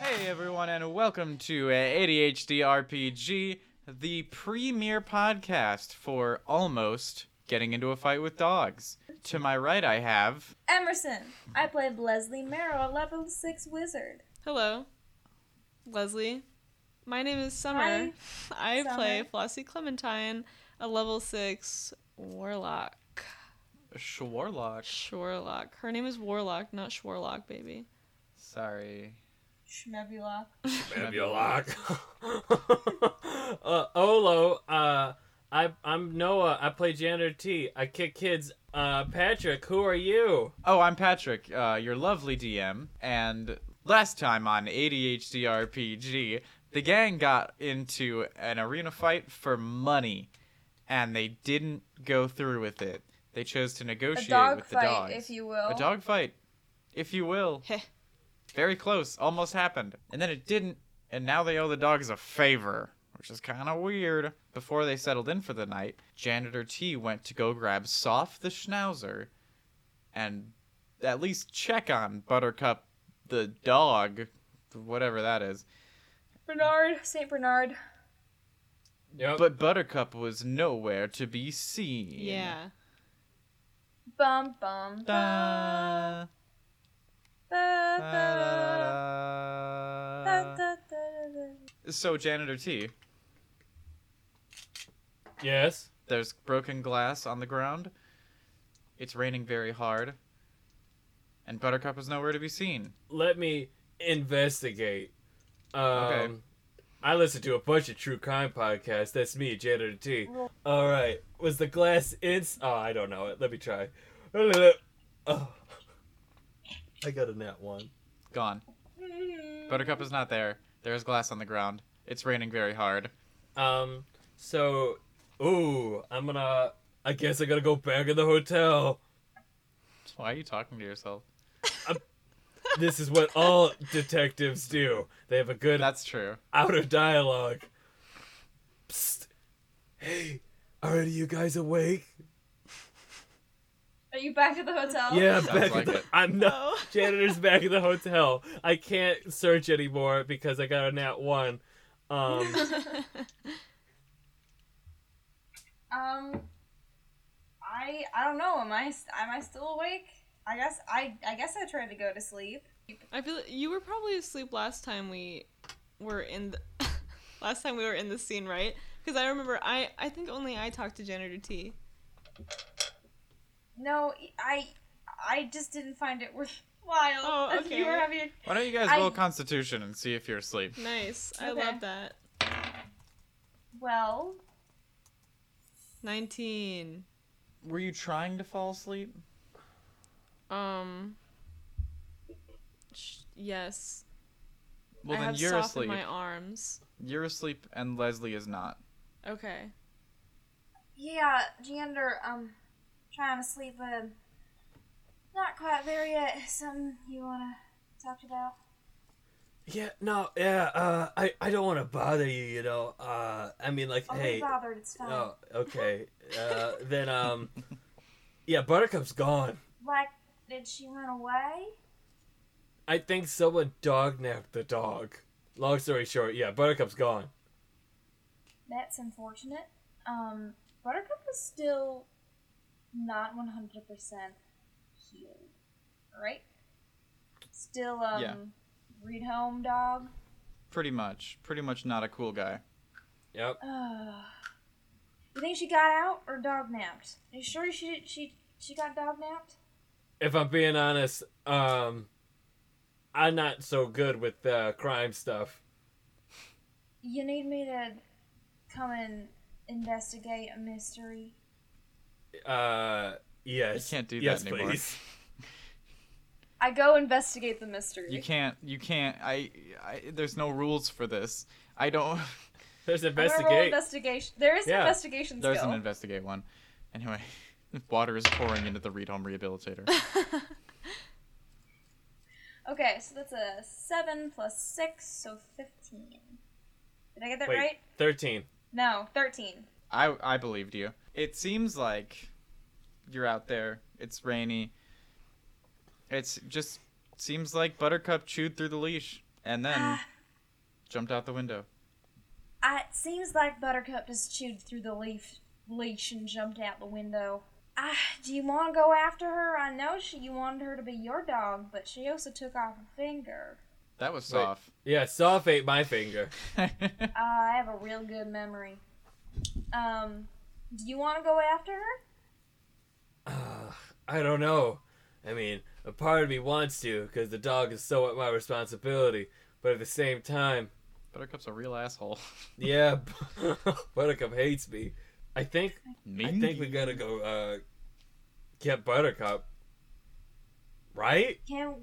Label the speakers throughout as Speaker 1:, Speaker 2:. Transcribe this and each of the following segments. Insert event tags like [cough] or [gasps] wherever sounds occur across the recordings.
Speaker 1: Hey everyone, and welcome to uh, ADHD RPG, the premier podcast for almost getting into a fight with dogs. To my right, I have
Speaker 2: Emerson. I played Leslie Merrill, a level six wizard.
Speaker 3: Hello, Leslie. My name is Summer.
Speaker 2: Hi,
Speaker 3: [laughs] I play
Speaker 2: Summer.
Speaker 3: Flossie Clementine, a level six warlock.
Speaker 1: Schwarlock.
Speaker 3: Shwarlock. Her name is Warlock, not Schwarlock, baby.
Speaker 1: Sorry,
Speaker 2: Schmebula.
Speaker 1: Maybe
Speaker 4: Maybe a lock. [laughs] uh, Olo, uh, I, I'm Noah. I play janitor T. I kick kids. Uh, Patrick, who are you?
Speaker 1: Oh, I'm Patrick, uh, your lovely DM. And last time on ADHD RPG, the gang got into an arena fight for money, and they didn't go through with it. They chose to
Speaker 2: A
Speaker 1: negotiate
Speaker 2: dog
Speaker 1: with the
Speaker 2: fight,
Speaker 1: dogs.
Speaker 2: if you will.
Speaker 1: A dog fight, if you will.
Speaker 3: Heh.
Speaker 1: Very close, almost happened. And then it didn't, and now they owe the dogs a favor, which is kind of weird. Before they settled in for the night, Janitor T went to go grab Soph the Schnauzer and at least check on Buttercup the dog, whatever that is.
Speaker 2: Bernard, Saint Bernard.
Speaker 4: Yep.
Speaker 1: But Buttercup was nowhere to be seen.
Speaker 3: Yeah.
Speaker 2: Bum bum.
Speaker 1: Da,
Speaker 2: Ba,
Speaker 1: da, da, da,
Speaker 2: ba,
Speaker 1: da.
Speaker 2: da, da, da, da.
Speaker 1: So, Janitor T,
Speaker 4: yes.
Speaker 1: There's broken glass on the ground. It's raining very hard. And Buttercup is nowhere to be seen.
Speaker 4: Let me investigate. Um,
Speaker 1: Okay.
Speaker 4: I listen to a bunch of true crime podcasts. That's me, janitor T. All right. Was the glass ins? Oh, I don't know it. Let me try. [laughs] Oh. I got a net one.
Speaker 1: Gone. Buttercup is not there. There is glass on the ground. It's raining very hard.
Speaker 4: Um. So, ooh, I'm gonna. I guess I gotta go back in the hotel.
Speaker 1: Why are you talking to yourself?
Speaker 4: This is what all
Speaker 1: [laughs]
Speaker 4: detectives do. They have a good
Speaker 1: That's true.
Speaker 4: out of dialogue. Psst. Hey, are any of you guys awake?
Speaker 2: Are you back at the hotel?
Speaker 4: yeah,
Speaker 1: Sounds
Speaker 4: back. at
Speaker 1: like
Speaker 4: the-
Speaker 1: it.
Speaker 2: [laughs]
Speaker 4: I'm not.
Speaker 3: Oh.
Speaker 4: [laughs] Janitor's back in the hotel. I can't search anymore because I got a nat one.
Speaker 3: [laughs]
Speaker 4: Um.
Speaker 3: Oh.
Speaker 2: [laughs] Um, I I don't know. Am I s- am I still awake? I guess I I guess I tried to go to sleep.
Speaker 3: I feel you were probably asleep last time we were in the [laughs] last time we were in the scene, right? Because I remember I I think only I talked to Janitor T.
Speaker 2: No, I I just didn't find it worthwhile. Oh, [laughs]
Speaker 3: okay.
Speaker 2: You were having a
Speaker 1: Why don't you guys
Speaker 2: I-
Speaker 1: roll Constitution and see if you're asleep?
Speaker 3: Nice. I
Speaker 2: Okay.
Speaker 3: love that.
Speaker 2: well.
Speaker 3: Nineteen.
Speaker 1: Were you trying to fall asleep?
Speaker 3: Um. sh- Yes.
Speaker 1: Well,
Speaker 3: I
Speaker 1: then
Speaker 3: have
Speaker 1: you're
Speaker 3: Soph
Speaker 1: asleep.
Speaker 3: in my arms.
Speaker 1: You're asleep, and Leslie is not.
Speaker 3: Okay. [laughs]
Speaker 2: Yeah, Jander, um, trying to sleep, but um, not quite there yet. [laughs] Something you wanna talk about?
Speaker 4: Yeah. No. Yeah. Uh. I. I don't want to bother you. You know. Uh. I mean, like.
Speaker 2: Don't
Speaker 4: hey.
Speaker 2: be Oh, bothered, it's fine.
Speaker 4: Oh, okay. Uh, then, um, yeah, Buttercup's gone.
Speaker 2: Like, did she run away?
Speaker 4: I think someone dog napped the dog. Long story short, yeah, Buttercup's gone.
Speaker 2: That's unfortunate. Um, Buttercup is still not 100% healed, right? Still, um,
Speaker 1: Yeah.
Speaker 2: read home dog.
Speaker 1: Pretty much. Pretty much not a cool guy.
Speaker 4: Yep.
Speaker 2: Oh. Ugh. you think she got out or dog napped? Are you sure she she she got dog napped?
Speaker 4: If I'm being honest, um, I'm not so good with uh, crime stuff.
Speaker 2: You need me to come and investigate a mystery?
Speaker 4: Uh, yes.
Speaker 1: You can't do
Speaker 4: yes,
Speaker 1: that anymore. [laughs]
Speaker 4: Please.
Speaker 2: I go investigate the mystery.
Speaker 1: You can't. You can't. I, I. There's no rules for this. I don't. [laughs]
Speaker 4: There's
Speaker 2: I'm gonna roll
Speaker 4: investigate.
Speaker 2: investigation. There is an
Speaker 4: Yeah.
Speaker 2: investigation
Speaker 1: There's
Speaker 2: skill.
Speaker 1: an investigate one. Anyway, [laughs] water is pouring into the Reed Home Rehabilitator.
Speaker 2: okay, so that's a seven plus six, so fifteen. Did I get that
Speaker 4: Wait,
Speaker 2: right?
Speaker 4: thirteen.
Speaker 2: No, thirteen.
Speaker 1: I I believed you. It seems like you're out there. It's rainy. It's just seems like Buttercup chewed through the leash and then
Speaker 3: Ah.
Speaker 1: jumped out the window.
Speaker 2: I, it seems like Buttercup just chewed through the leaf leash and jumped out the window. I, do you want to go after her? I know she you wanted her to be your dog, but she also took off her finger.
Speaker 1: That was
Speaker 4: Wait.
Speaker 1: soft. [laughs]
Speaker 4: Yeah, Soph ate my finger.
Speaker 2: Uh, I have a real good memory. Um, do you want to go after her?
Speaker 4: Ugh, I don't know. I mean, a part of me wants to, because the dog is so at my responsibility. But at the same time,
Speaker 1: Buttercup's a real asshole. [laughs]
Speaker 4: yeah, [laughs] Buttercup hates me. I think I think we gotta go uh, get Buttercup. Right?
Speaker 2: Can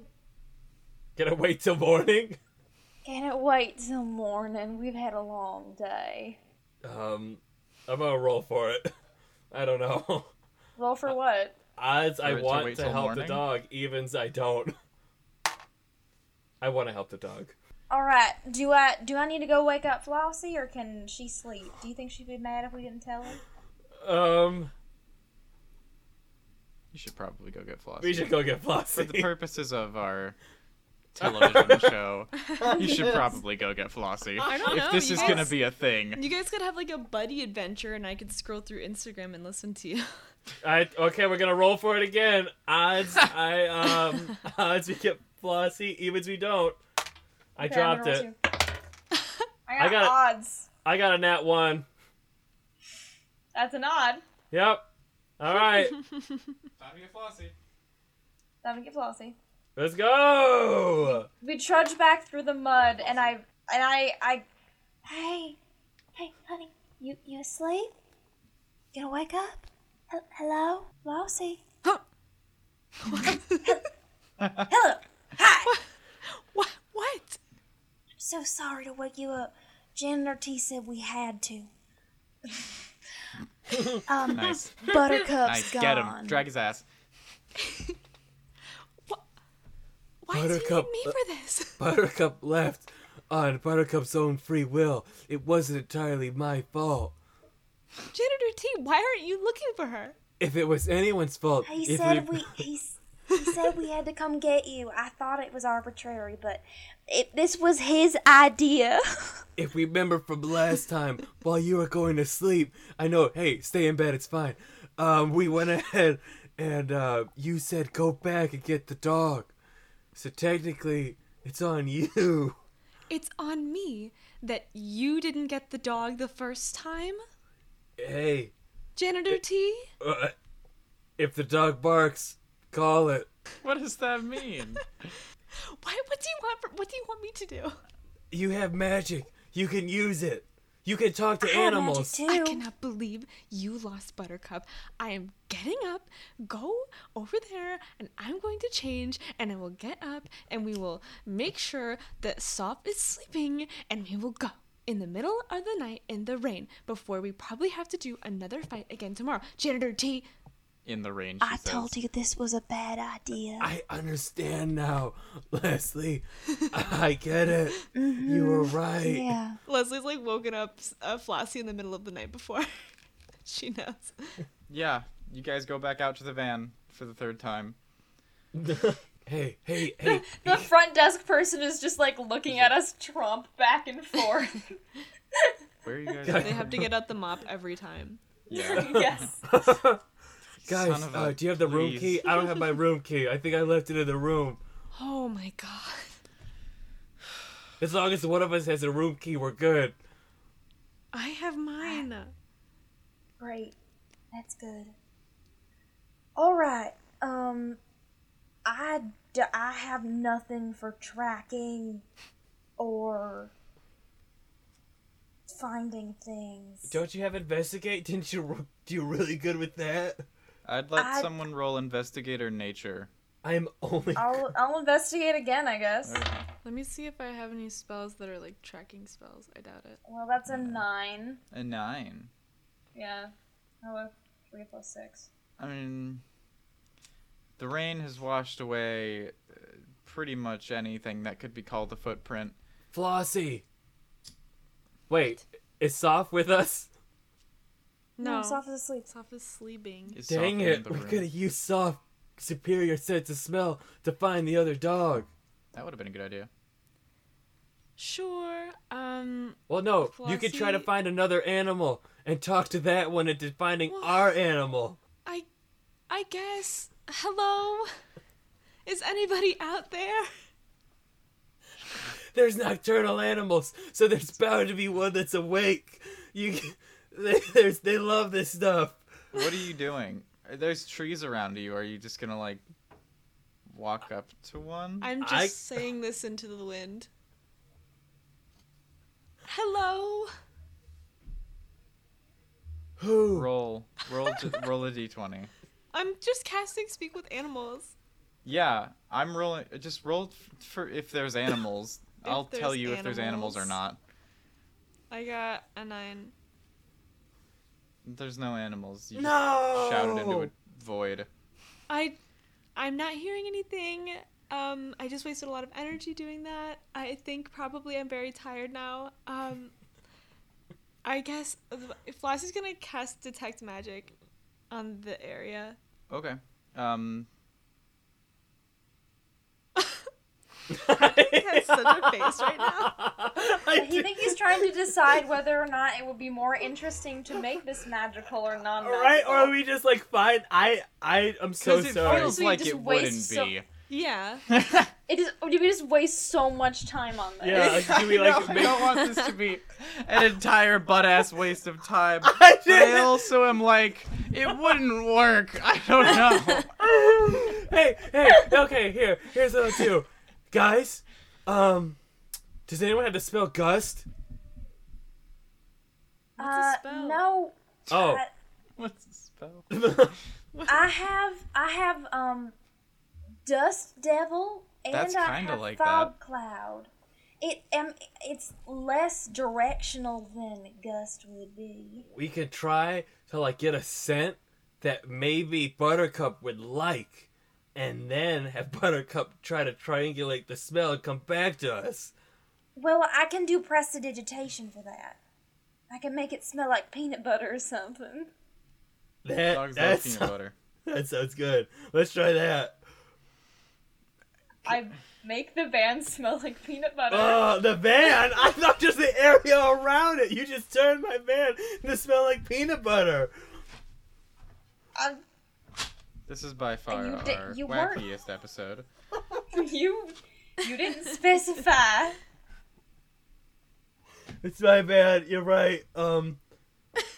Speaker 4: Gotta wait till morning. [laughs]
Speaker 2: can it wait till morning? We've had a long day.
Speaker 4: Um, I'm gonna roll for it. [laughs] I don't know. [laughs]
Speaker 2: Roll
Speaker 4: Uh,
Speaker 2: for what?
Speaker 4: Odds I
Speaker 1: Or to
Speaker 4: want
Speaker 1: wait
Speaker 4: to
Speaker 1: till
Speaker 4: help the
Speaker 1: morning?
Speaker 4: dog. Evens I don't. [laughs] I want to help the dog.
Speaker 2: All right. Do I do I need to go wake up Flossie, or can she sleep? Do you think she'd be mad if we didn't tell her?
Speaker 4: Um,
Speaker 1: You should probably go get Flossie.
Speaker 4: we should go get
Speaker 1: [laughs] For
Speaker 4: Flossie. [laughs]
Speaker 1: the purposes of our television show, you
Speaker 3: [laughs]
Speaker 1: should probably go get Flossie.
Speaker 3: I don't
Speaker 1: if
Speaker 3: know,
Speaker 1: this
Speaker 3: you
Speaker 1: is gonna
Speaker 3: guys-
Speaker 1: be a thing.
Speaker 3: You guys could have like a buddy adventure, and I could scroll through Instagram and listen to you.
Speaker 4: I okay, we're gonna roll for it again. Odds I um odds we get Flossie. Evens we don't. I
Speaker 2: Okay, I'm
Speaker 4: dropped
Speaker 2: gonna
Speaker 4: it.
Speaker 2: roll two. [laughs] I got,
Speaker 4: I got it.
Speaker 2: odds.
Speaker 4: I got a nat one.
Speaker 2: That's an odd.
Speaker 4: Yep. All right,
Speaker 1: Time to get Flossie.
Speaker 2: Let me get Flossie.
Speaker 4: let's go.
Speaker 2: We trudge back through the mud, and I and I I. Hey, hey, honey, you you asleep? You gonna wake up? Hel- Hello, Flossie. Hello. Hi.
Speaker 3: what? What?
Speaker 2: I'm so sorry to wake you up. Jen and Ortiz said we had to. um,
Speaker 1: [laughs] Nice,
Speaker 2: Buttercup's
Speaker 1: nice.
Speaker 2: gone.
Speaker 1: Get him. Drag his ass.
Speaker 3: Why did you
Speaker 4: Buttercup,
Speaker 3: need me
Speaker 4: uh,
Speaker 3: for this? [laughs]
Speaker 4: Buttercup left on Buttercup's own free will. It wasn't entirely my fault.
Speaker 3: Janitor T, why aren't you looking for her?
Speaker 4: If it was anyone's fault,
Speaker 2: He
Speaker 4: if
Speaker 2: said we. he's, he said we had to come get you. I thought it was arbitrary, but it, this was his idea.
Speaker 4: if we remember from last time, while you were going to sleep, I know. Hey, stay in bed. It's fine. Um, we went ahead and uh, you said go back and get the dog. So technically, it's on you.
Speaker 3: It's on me that you didn't get the dog the first time,
Speaker 4: Hey,
Speaker 3: Janitor T.
Speaker 4: uh, if the dog barks, call it.
Speaker 1: What does that mean? [laughs]
Speaker 3: Why? What do you want? For, what do you want me to do?
Speaker 4: You have magic. You can use it. You can talk to animals.
Speaker 2: I
Speaker 3: I
Speaker 2: magic too.
Speaker 3: cannot believe you lost Buttercup. I am getting up. Go over there, and I'm going to change, and I will get up, and we will make sure that Sop is sleeping, and we will go in the middle of the night in the rain before we probably have to do another fight again tomorrow. Janitor T.
Speaker 1: In the range.
Speaker 2: I told you this was a bad idea.
Speaker 4: I understand now, [laughs] Leslie. I
Speaker 2: [laughs]
Speaker 4: get it.
Speaker 2: Mm-hmm.
Speaker 4: You were right.
Speaker 2: yeah.
Speaker 3: Leslie's like woken up uh, Flossie in the middle of the night before. [laughs] she knows.
Speaker 1: Yeah, you guys go back out to the van for the third time.
Speaker 4: [laughs] Hey, hey, hey.
Speaker 2: The front desk person is just like looking at us tromp back and forth.
Speaker 1: Where are you guys?
Speaker 3: They have to get out the mop every time.
Speaker 1: yeah.
Speaker 2: yes.
Speaker 4: [laughs] Guys,
Speaker 1: Son of a
Speaker 4: uh, do you have the room
Speaker 1: please.
Speaker 4: key? I don't have my room key. I think I left it in the room.
Speaker 3: Oh my god.
Speaker 4: As long as one of us has a room key, we're good.
Speaker 3: I have mine.
Speaker 2: Great. That's good. All right. Um, I d- I have nothing for tracking or finding things.
Speaker 4: Don't you have investigate? Didn't you ro- do really good with that?
Speaker 1: I'd let
Speaker 2: I-
Speaker 1: someone roll investigator nature.
Speaker 4: I'm only.
Speaker 2: I'll I'll investigate again, I guess.
Speaker 3: Let me see if I have any spells that are like tracking spells. I doubt it.
Speaker 2: Well, that's a nine.
Speaker 1: A nine.
Speaker 2: Yeah. Oh, a three plus six.
Speaker 1: I mean, the rain has washed away uh, pretty much anything that could be called a footprint.
Speaker 4: Flossie. Wait, is Soph with us?
Speaker 2: no Soph is asleep.
Speaker 3: Soph is sleeping.
Speaker 1: Is
Speaker 4: Dang
Speaker 1: softly in
Speaker 4: it,
Speaker 1: the
Speaker 4: we
Speaker 1: room.
Speaker 4: could have used Soph's superior sense of smell to find the other dog.
Speaker 1: That would have been a good idea.
Speaker 3: Sure. Um.
Speaker 4: Well, no, you could try to
Speaker 3: Flossie-
Speaker 4: find another animal and talk to that one into finding our animal.
Speaker 3: I. I guess. Hello. Is anybody out there?
Speaker 4: There's nocturnal animals, so there's bound to be one that's awake. You, they, there's, they love this stuff.
Speaker 1: What are you doing? Are There's trees around you. Are you just gonna like walk up to one?
Speaker 3: I'm just
Speaker 4: I-
Speaker 3: saying this into the wind. Hello.
Speaker 4: Who?
Speaker 1: Roll, roll, to, roll a d20.
Speaker 3: I'm just casting speak with animals.
Speaker 1: Yeah, I'm rolling. Just roll f- for if there's animals.
Speaker 3: If
Speaker 1: I'll
Speaker 3: there's
Speaker 1: tell you if there's animals or not.
Speaker 3: animals. I got a nine.
Speaker 1: There's no animals. You
Speaker 4: No.
Speaker 1: just shouted into
Speaker 4: [laughs]
Speaker 1: a void.
Speaker 3: I. I'm not hearing anything. Um, I just wasted a lot of energy doing that. I think probably I'm very tired now. Um, I guess Flossie's gonna cast detect magic on the area.
Speaker 1: Okay. Um.
Speaker 3: has such a face [laughs] right now.
Speaker 4: I
Speaker 2: You
Speaker 4: [laughs] do-
Speaker 2: think he's trying to decide whether or not it would be more interesting to make this magical or non
Speaker 4: All
Speaker 2: magical?
Speaker 4: right, or are we just like fine? I, I, I'm so
Speaker 1: Because it
Speaker 4: sorry.
Speaker 1: feels
Speaker 2: So you
Speaker 1: like
Speaker 2: just
Speaker 1: it wouldn't
Speaker 2: waste
Speaker 1: [laughs]
Speaker 2: so-
Speaker 1: be.
Speaker 3: Yeah.
Speaker 2: It is. We just waste so much time on this.
Speaker 4: Yeah, do we
Speaker 1: no,
Speaker 4: like?
Speaker 1: [laughs] I
Speaker 4: make-
Speaker 1: don't want this to be an entire butt ass waste of time.
Speaker 4: I
Speaker 1: But I
Speaker 4: didn't-
Speaker 1: also am like, it wouldn't work. I don't know.
Speaker 4: [laughs]
Speaker 1: [laughs]
Speaker 4: hey, hey, okay, here, here's what I'll do. Guys, um, does anyone have to spell gust?
Speaker 3: a
Speaker 2: Uh,
Speaker 3: spell?
Speaker 2: no.
Speaker 4: Oh,
Speaker 2: I-
Speaker 1: What's the spell?
Speaker 4: [laughs]
Speaker 2: I have I have um dust devil and
Speaker 1: That's
Speaker 2: I
Speaker 1: kinda
Speaker 2: have
Speaker 1: like
Speaker 2: fog
Speaker 1: that.
Speaker 2: cloud. It um it's less directional than gust would be.
Speaker 4: we could try to like get a scent that maybe Buttercup would like, and then have [laughs] Buttercup try to triangulate the smell and come back to us.
Speaker 2: Well, I can do prestidigitation for that. I can make it smell like peanut butter or something.
Speaker 4: That
Speaker 1: Dogs love
Speaker 4: that's,
Speaker 1: peanut butter.
Speaker 4: that sounds good. Let's try that.
Speaker 2: I make the van smell like peanut butter.
Speaker 4: Oh, the van! I thought just the area around it. You just turned my van to smell like peanut butter.
Speaker 2: I,
Speaker 1: This is by far
Speaker 2: you di-
Speaker 1: our
Speaker 2: you weren't-
Speaker 1: wackiest episode.
Speaker 2: you you [laughs] didn't specify.
Speaker 4: It's my bad. You're right. Um,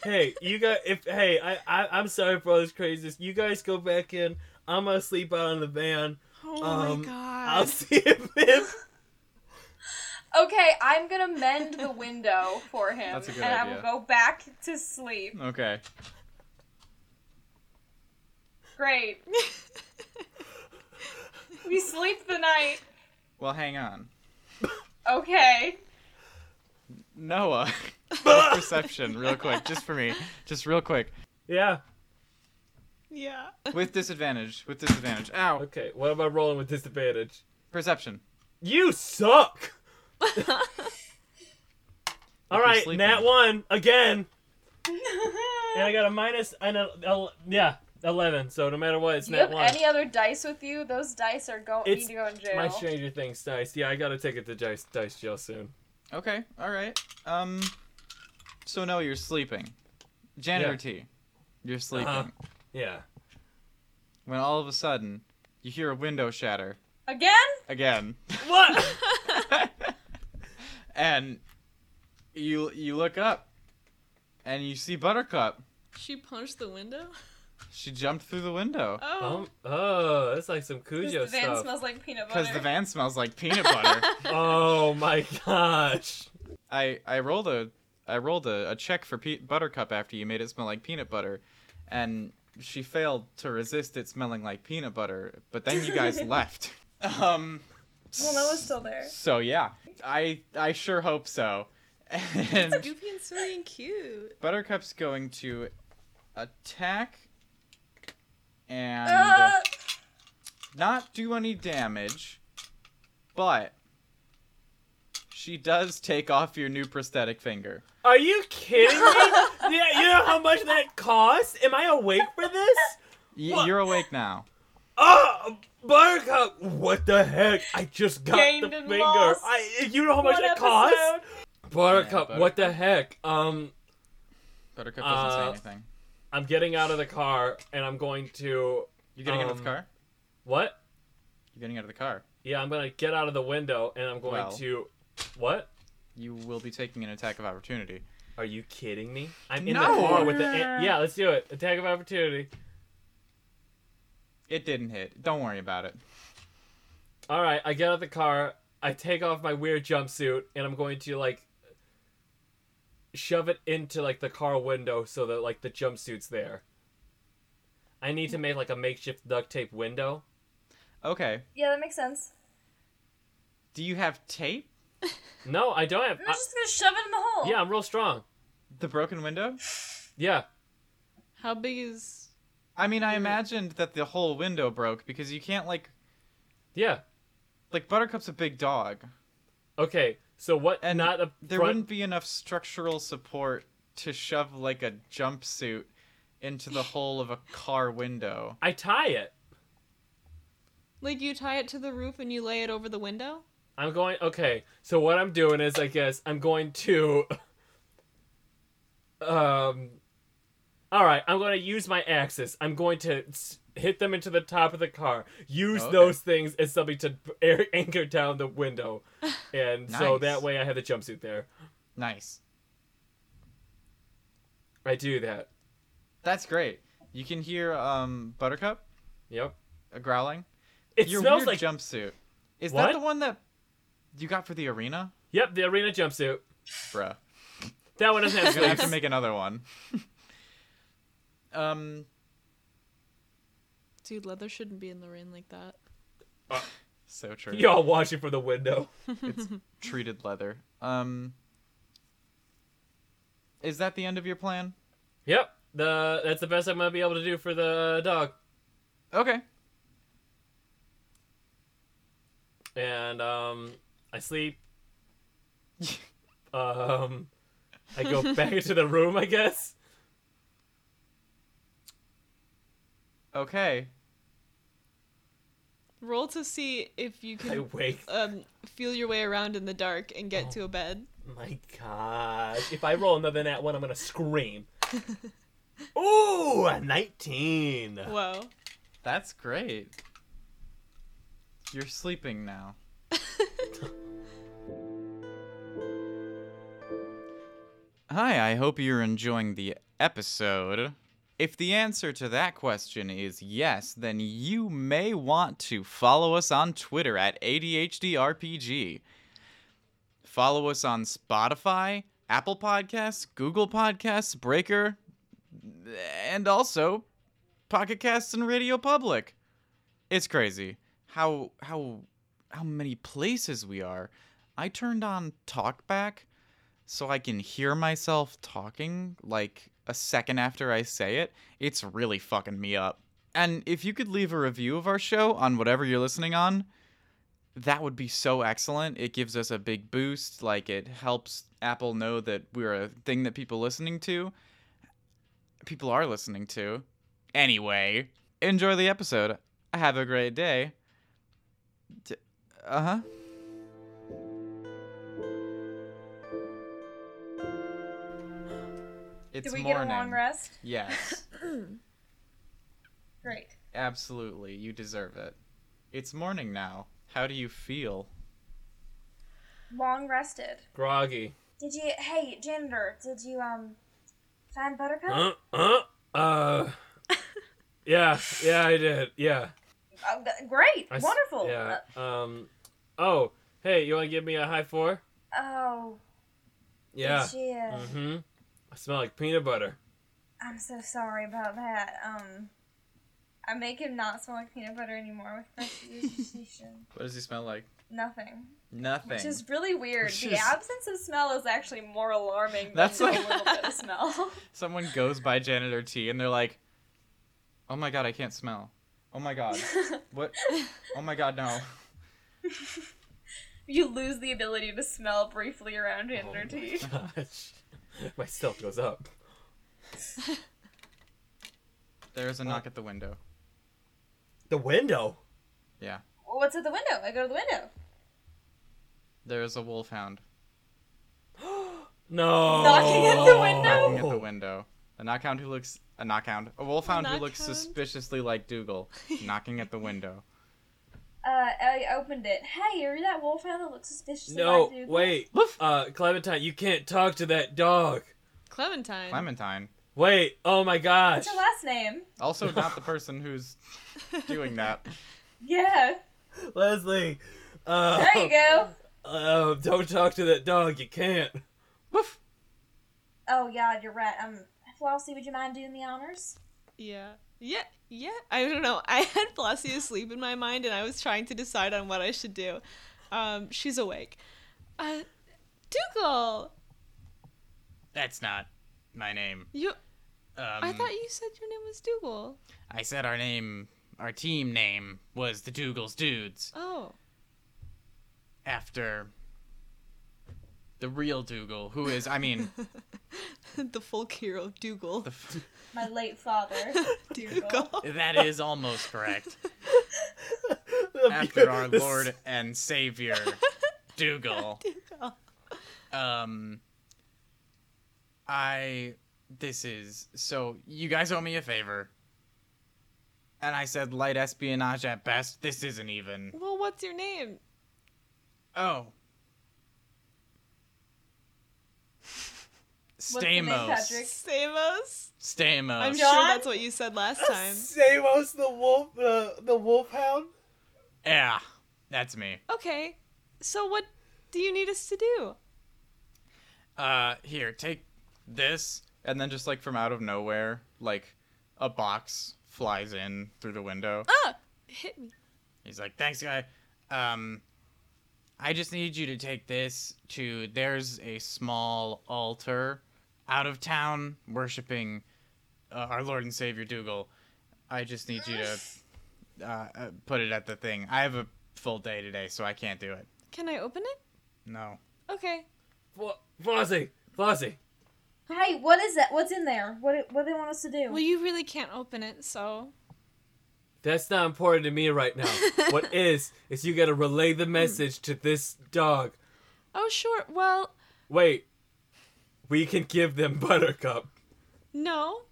Speaker 4: hey, you guys. If hey, I, I I'm sorry for all this craziness. You guys go back in. I'm gonna sleep out on the van.
Speaker 3: Oh
Speaker 4: Um,
Speaker 3: my god.
Speaker 4: I'll see if if
Speaker 2: Okay, I'm gonna mend the window for him,
Speaker 1: That's a good
Speaker 2: and I
Speaker 1: idea.
Speaker 2: will go back to sleep.
Speaker 1: Okay.
Speaker 2: Great. We sleep the night.
Speaker 1: Well, hang on.
Speaker 4: [laughs]
Speaker 2: Okay.
Speaker 1: Noah, [laughs] roll perception, real quick, just for me, just real quick,
Speaker 4: [laughs] yeah.
Speaker 3: [laughs] [laughs] yeah.
Speaker 1: with disadvantage, with disadvantage. Ow,
Speaker 4: Okay. What am I rolling with disadvantage?
Speaker 1: perception.
Speaker 4: You suck. all
Speaker 1: you're
Speaker 4: right,
Speaker 1: sleeping.
Speaker 4: nat one again, and I got a minus and a, el- yeah eleven. So no matter what, it's
Speaker 2: Do you
Speaker 4: nat
Speaker 2: have
Speaker 4: one.
Speaker 2: any other dice with you? Those dice are going
Speaker 4: It's
Speaker 2: need to go in jail.
Speaker 4: my Stranger Things dice. Yeah, I gotta take it to dice dice jail soon.
Speaker 1: Okay, all right. Um, so Noah, you're sleeping. Janitor
Speaker 4: Yeah.
Speaker 1: T, you're sleeping.
Speaker 4: Uh-huh. Yeah.
Speaker 1: When all of a sudden, you hear a window shatter
Speaker 2: Again?
Speaker 1: again, [laughs]
Speaker 4: What?
Speaker 1: and you you look up, and you see Buttercup.
Speaker 3: She punched the window?
Speaker 1: She jumped through the window
Speaker 3: Oh.
Speaker 4: [laughs] Um, oh, that's like some Cujo
Speaker 2: This van
Speaker 4: stuff.
Speaker 2: smells like peanut
Speaker 1: because
Speaker 2: butter.
Speaker 1: the van smells like peanut butter.
Speaker 4: oh my gosh.
Speaker 1: I I rolled a I rolled a, a check for pe- Buttercup after you made it smell like peanut butter, and she failed to resist it smelling like peanut butter. But then you
Speaker 2: [laughs]
Speaker 1: guys left. Um.
Speaker 2: well, Noah's still there.
Speaker 1: So yeah, I I sure hope so. And
Speaker 3: Goofy and silly and cute.
Speaker 1: Buttercup's going to attack and
Speaker 2: Uh,
Speaker 1: not do any damage, but she does take off your new prosthetic finger.
Speaker 4: Are you
Speaker 2: [laughs]
Speaker 4: kidding me? yeah, you know how much that costs? Am I awake for this?
Speaker 1: Y-
Speaker 4: What?
Speaker 1: you're awake now.
Speaker 4: Ah, Buttercup! What the heck? I just got
Speaker 3: Gained
Speaker 4: the
Speaker 3: and
Speaker 4: finger.
Speaker 3: lost.
Speaker 4: I, you know how much
Speaker 3: One
Speaker 4: it cost?
Speaker 3: episode.
Speaker 4: Buttercup,
Speaker 1: Yeah,
Speaker 4: what the heck? Um,
Speaker 1: Buttercup doesn't say
Speaker 4: Uh,
Speaker 1: anything.
Speaker 4: I'm getting out of the car and I'm going to
Speaker 1: You getting out of
Speaker 4: um,
Speaker 1: the car?
Speaker 4: what?
Speaker 1: You getting out of the car?
Speaker 4: Yeah, I'm gonna get out of the window and I'm going
Speaker 1: Well.
Speaker 4: to what?
Speaker 1: You will be taking an attack of opportunity.
Speaker 4: Are you kidding me? I'm in
Speaker 1: No.
Speaker 4: the car with the yeah. Let's do it. Attack of opportunity.
Speaker 1: It didn't hit. Don't worry about it.
Speaker 4: All right, I get out of the car. I take off my weird jumpsuit and I'm going to like shove it into like the car window so that like the jumpsuit's there. I need to make like a makeshift duct tape window.
Speaker 1: Okay.
Speaker 2: Yeah, that makes sense.
Speaker 1: Do you have tape?
Speaker 4: No, I don't have.
Speaker 2: I'm
Speaker 4: I-
Speaker 2: just gonna shove it in the hole.
Speaker 4: yeah, I'm real strong.
Speaker 1: The broken window?
Speaker 4: Yeah.
Speaker 3: How big is?
Speaker 1: I mean, I imagined that the whole window broke because you can't like
Speaker 4: Yeah.
Speaker 1: like Buttercup's a big dog,
Speaker 4: Okay. So what?
Speaker 1: and
Speaker 4: not a
Speaker 1: there
Speaker 4: front-
Speaker 1: wouldn't be enough structural support to shove like a jumpsuit into the hole of a car window.
Speaker 4: I tie it.
Speaker 3: Like you tie it to the roof and you lay it over the window.
Speaker 4: I'm going. Okay. So what I'm doing is, I guess I'm going to. Um. All right. I'm going to use my axis. I'm going to s- hit them into the top of the car. Use
Speaker 1: Oh, Okay.
Speaker 4: those things as something to air- [laughs] anchor down
Speaker 1: [sighs]
Speaker 4: the window, and so
Speaker 1: Nice.
Speaker 4: that way I have the jumpsuit there.
Speaker 1: Nice.
Speaker 4: I do that.
Speaker 1: That's great. You can hear um Buttercup
Speaker 4: Yep.
Speaker 1: uh, growling.
Speaker 4: It
Speaker 1: Your
Speaker 4: smells
Speaker 1: weird
Speaker 4: like.
Speaker 1: jumpsuit. Is
Speaker 4: What?
Speaker 1: that the one that you got for the arena?
Speaker 4: yep. The arena jumpsuit. [laughs]
Speaker 1: Bruh.
Speaker 4: That one doesn't
Speaker 1: [laughs]
Speaker 4: have
Speaker 1: You're gonna have to
Speaker 4: sleeves.
Speaker 1: make another one. [laughs] um
Speaker 3: Dude, leather shouldn't be in the rain like that.
Speaker 1: so true.
Speaker 4: [laughs] Y'all watching from the window.
Speaker 1: It's treated leather. Um Is that the end of your plan?
Speaker 4: Yep. The that's the best I'm gonna be able to do for the dog.
Speaker 1: Okay.
Speaker 4: and um, I sleep. um, I go back into the room, I guess.
Speaker 1: Okay.
Speaker 3: Roll to see if you
Speaker 4: I
Speaker 3: can
Speaker 4: wake.
Speaker 3: um, feel your way around in the dark and get to a bed.
Speaker 4: My God! If I roll another nat one, I'm gonna scream. Ooh, a nineteen.
Speaker 3: Whoa.
Speaker 1: That's great. You're sleeping now. [laughs] Hi, I hope you're enjoying the episode. If the answer to that question is yes, then you may want to follow us on Twitter at ADHDRPG. Follow us on Spotify, Apple Podcasts, Google Podcasts, Breaker, and also Pocket Casts and Radio Public. It's crazy how how how many places we are. I turned on TalkBack so I can hear myself talking like a second after I say it. It's really fucking me up. And if you could leave a review of our show on whatever you're listening on, that would be so excellent. It gives us a big boost. Like it helps Apple know that we're a thing that people listening to. People are listening to. Anyway, enjoy the episode. Have a great day. Uh huh.
Speaker 2: [gasps]
Speaker 1: It's
Speaker 2: Did we
Speaker 1: morning.
Speaker 2: get a long rest? [laughs]
Speaker 1: Yes,
Speaker 2: Great.
Speaker 1: absolutely. You deserve it. It's morning now. How do you feel?
Speaker 2: Long rested.
Speaker 4: Groggy.
Speaker 2: Did you? Hey, janitor, did you um find Buttercup?
Speaker 4: Uh, uh, uh. Yeah, yeah, I did. Yeah.
Speaker 2: Oh, th- great.
Speaker 4: I s-
Speaker 2: Wonderful.
Speaker 4: Yeah. Um. Oh, hey, you wanna give me a high four?
Speaker 2: Uh, oh,
Speaker 4: Yeah.
Speaker 2: yeah.
Speaker 4: Mm-hmm. I smell like peanut butter.
Speaker 2: I'm so sorry about that. Um, I make him not smell like peanut butter anymore with precision.
Speaker 1: What does he smell like?
Speaker 2: Nothing.
Speaker 1: Nothing.
Speaker 2: Which is really weird.
Speaker 1: Which
Speaker 2: the
Speaker 1: is-
Speaker 2: absence of smell is actually more alarming than
Speaker 1: That's
Speaker 2: the
Speaker 1: like-
Speaker 2: little
Speaker 1: [laughs]
Speaker 2: bit of smell. [laughs]
Speaker 1: Someone goes by janitor T and they're like, "Oh my god, I can't smell. Oh my god, what? Oh my god, no."
Speaker 2: you lose the ability to smell briefly around janitor
Speaker 4: [laughs]
Speaker 2: tea.
Speaker 4: Gosh. My stealth goes up.
Speaker 1: There's a knock at the window.
Speaker 4: The window.
Speaker 1: Yeah.
Speaker 2: Well, what's at the window? I go to the window.
Speaker 1: There's a wolfhound
Speaker 4: No.
Speaker 2: Knocking at the window?
Speaker 1: knocking at
Speaker 4: Oh.
Speaker 1: the window. A knockhound who looks a knockhound. A wolfhound who looks
Speaker 3: knockhound.
Speaker 1: suspiciously like Dougal knocking at the window.
Speaker 2: Uh, I opened it. Hey, are you that wolfhound that looks suspicious?
Speaker 4: No,
Speaker 2: like you?
Speaker 4: wait.
Speaker 1: Woof.
Speaker 4: Uh, Clementine, you can't talk to that dog.
Speaker 3: Clementine.
Speaker 1: Clementine.
Speaker 4: Wait. Oh my gosh.
Speaker 2: What's your last name?
Speaker 1: Also not the person who's
Speaker 3: [laughs]
Speaker 1: doing that. [laughs]
Speaker 2: Yeah.
Speaker 4: Leslie. Uh,
Speaker 2: There you go.
Speaker 1: Oh.
Speaker 4: uh, don't talk to that dog. You can't.
Speaker 1: Woof.
Speaker 2: Oh, God, you're right. Um, Flossie, would you mind doing the honors?
Speaker 3: Yeah. Yeah. Yeah. I don't know. I had Flossie asleep in my mind and I was trying to decide on what I should do. Um, she's awake. Uh, Dougal,
Speaker 1: That's not my name.
Speaker 3: you.
Speaker 1: Um,
Speaker 3: I thought you said your name was Dougal.
Speaker 1: I said our name, our team name was the Dougal's Dudes
Speaker 3: Oh. [laughs]
Speaker 1: after the real Dougal, who is, I
Speaker 2: [laughs]
Speaker 1: mean,
Speaker 3: the folk hero Dougal. [laughs]
Speaker 1: the f-
Speaker 2: My late
Speaker 1: [laughs]
Speaker 2: father. Dougal.
Speaker 1: that is almost
Speaker 2: [laughs]
Speaker 1: correct.
Speaker 4: This-
Speaker 1: After
Speaker 4: [laughs]
Speaker 1: our Lord and
Speaker 2: [laughs]
Speaker 1: Savior, Dougal.
Speaker 3: Dougal.
Speaker 1: Um, I, this is, so you guys owe me a favor. And I said light espionage at best. This isn't even.
Speaker 3: Well, what's your name?
Speaker 1: Oh.
Speaker 2: the name,
Speaker 1: Stamos.
Speaker 2: Patrick?
Speaker 3: Samos?
Speaker 1: Stamos.
Speaker 3: I'm
Speaker 2: John?
Speaker 3: sure that's what you said last time.
Speaker 4: Samos the wolf, uh, the wolfhound.
Speaker 1: Yeah, that's me.
Speaker 3: Okay. So what do you need us to do?
Speaker 1: Uh, here, take this. And then just like from out of nowhere, like a box flies in through the window.
Speaker 3: Ah! Hit me.
Speaker 1: He's like, "Thanks, guy. Um, I just need you to take this to. There's a small altar out of town worshiping uh, our Lord and Savior Dougal. I just need you to uh, uh, put it at the thing. I have a full day today, so I can't do it.
Speaker 3: Can I open it?
Speaker 1: No,
Speaker 3: Okay.
Speaker 4: Flo- Flossie, Flossie.
Speaker 2: Hey, what is that? What's in there? What what do they want us to do?
Speaker 3: Well, you really can't open it, so.
Speaker 4: That's not important to me right
Speaker 2: [laughs]
Speaker 4: now. what is is you gotta relay the message to this dog.
Speaker 3: Oh, sure. Well,
Speaker 4: Wait, we can give them Buttercup.
Speaker 3: no.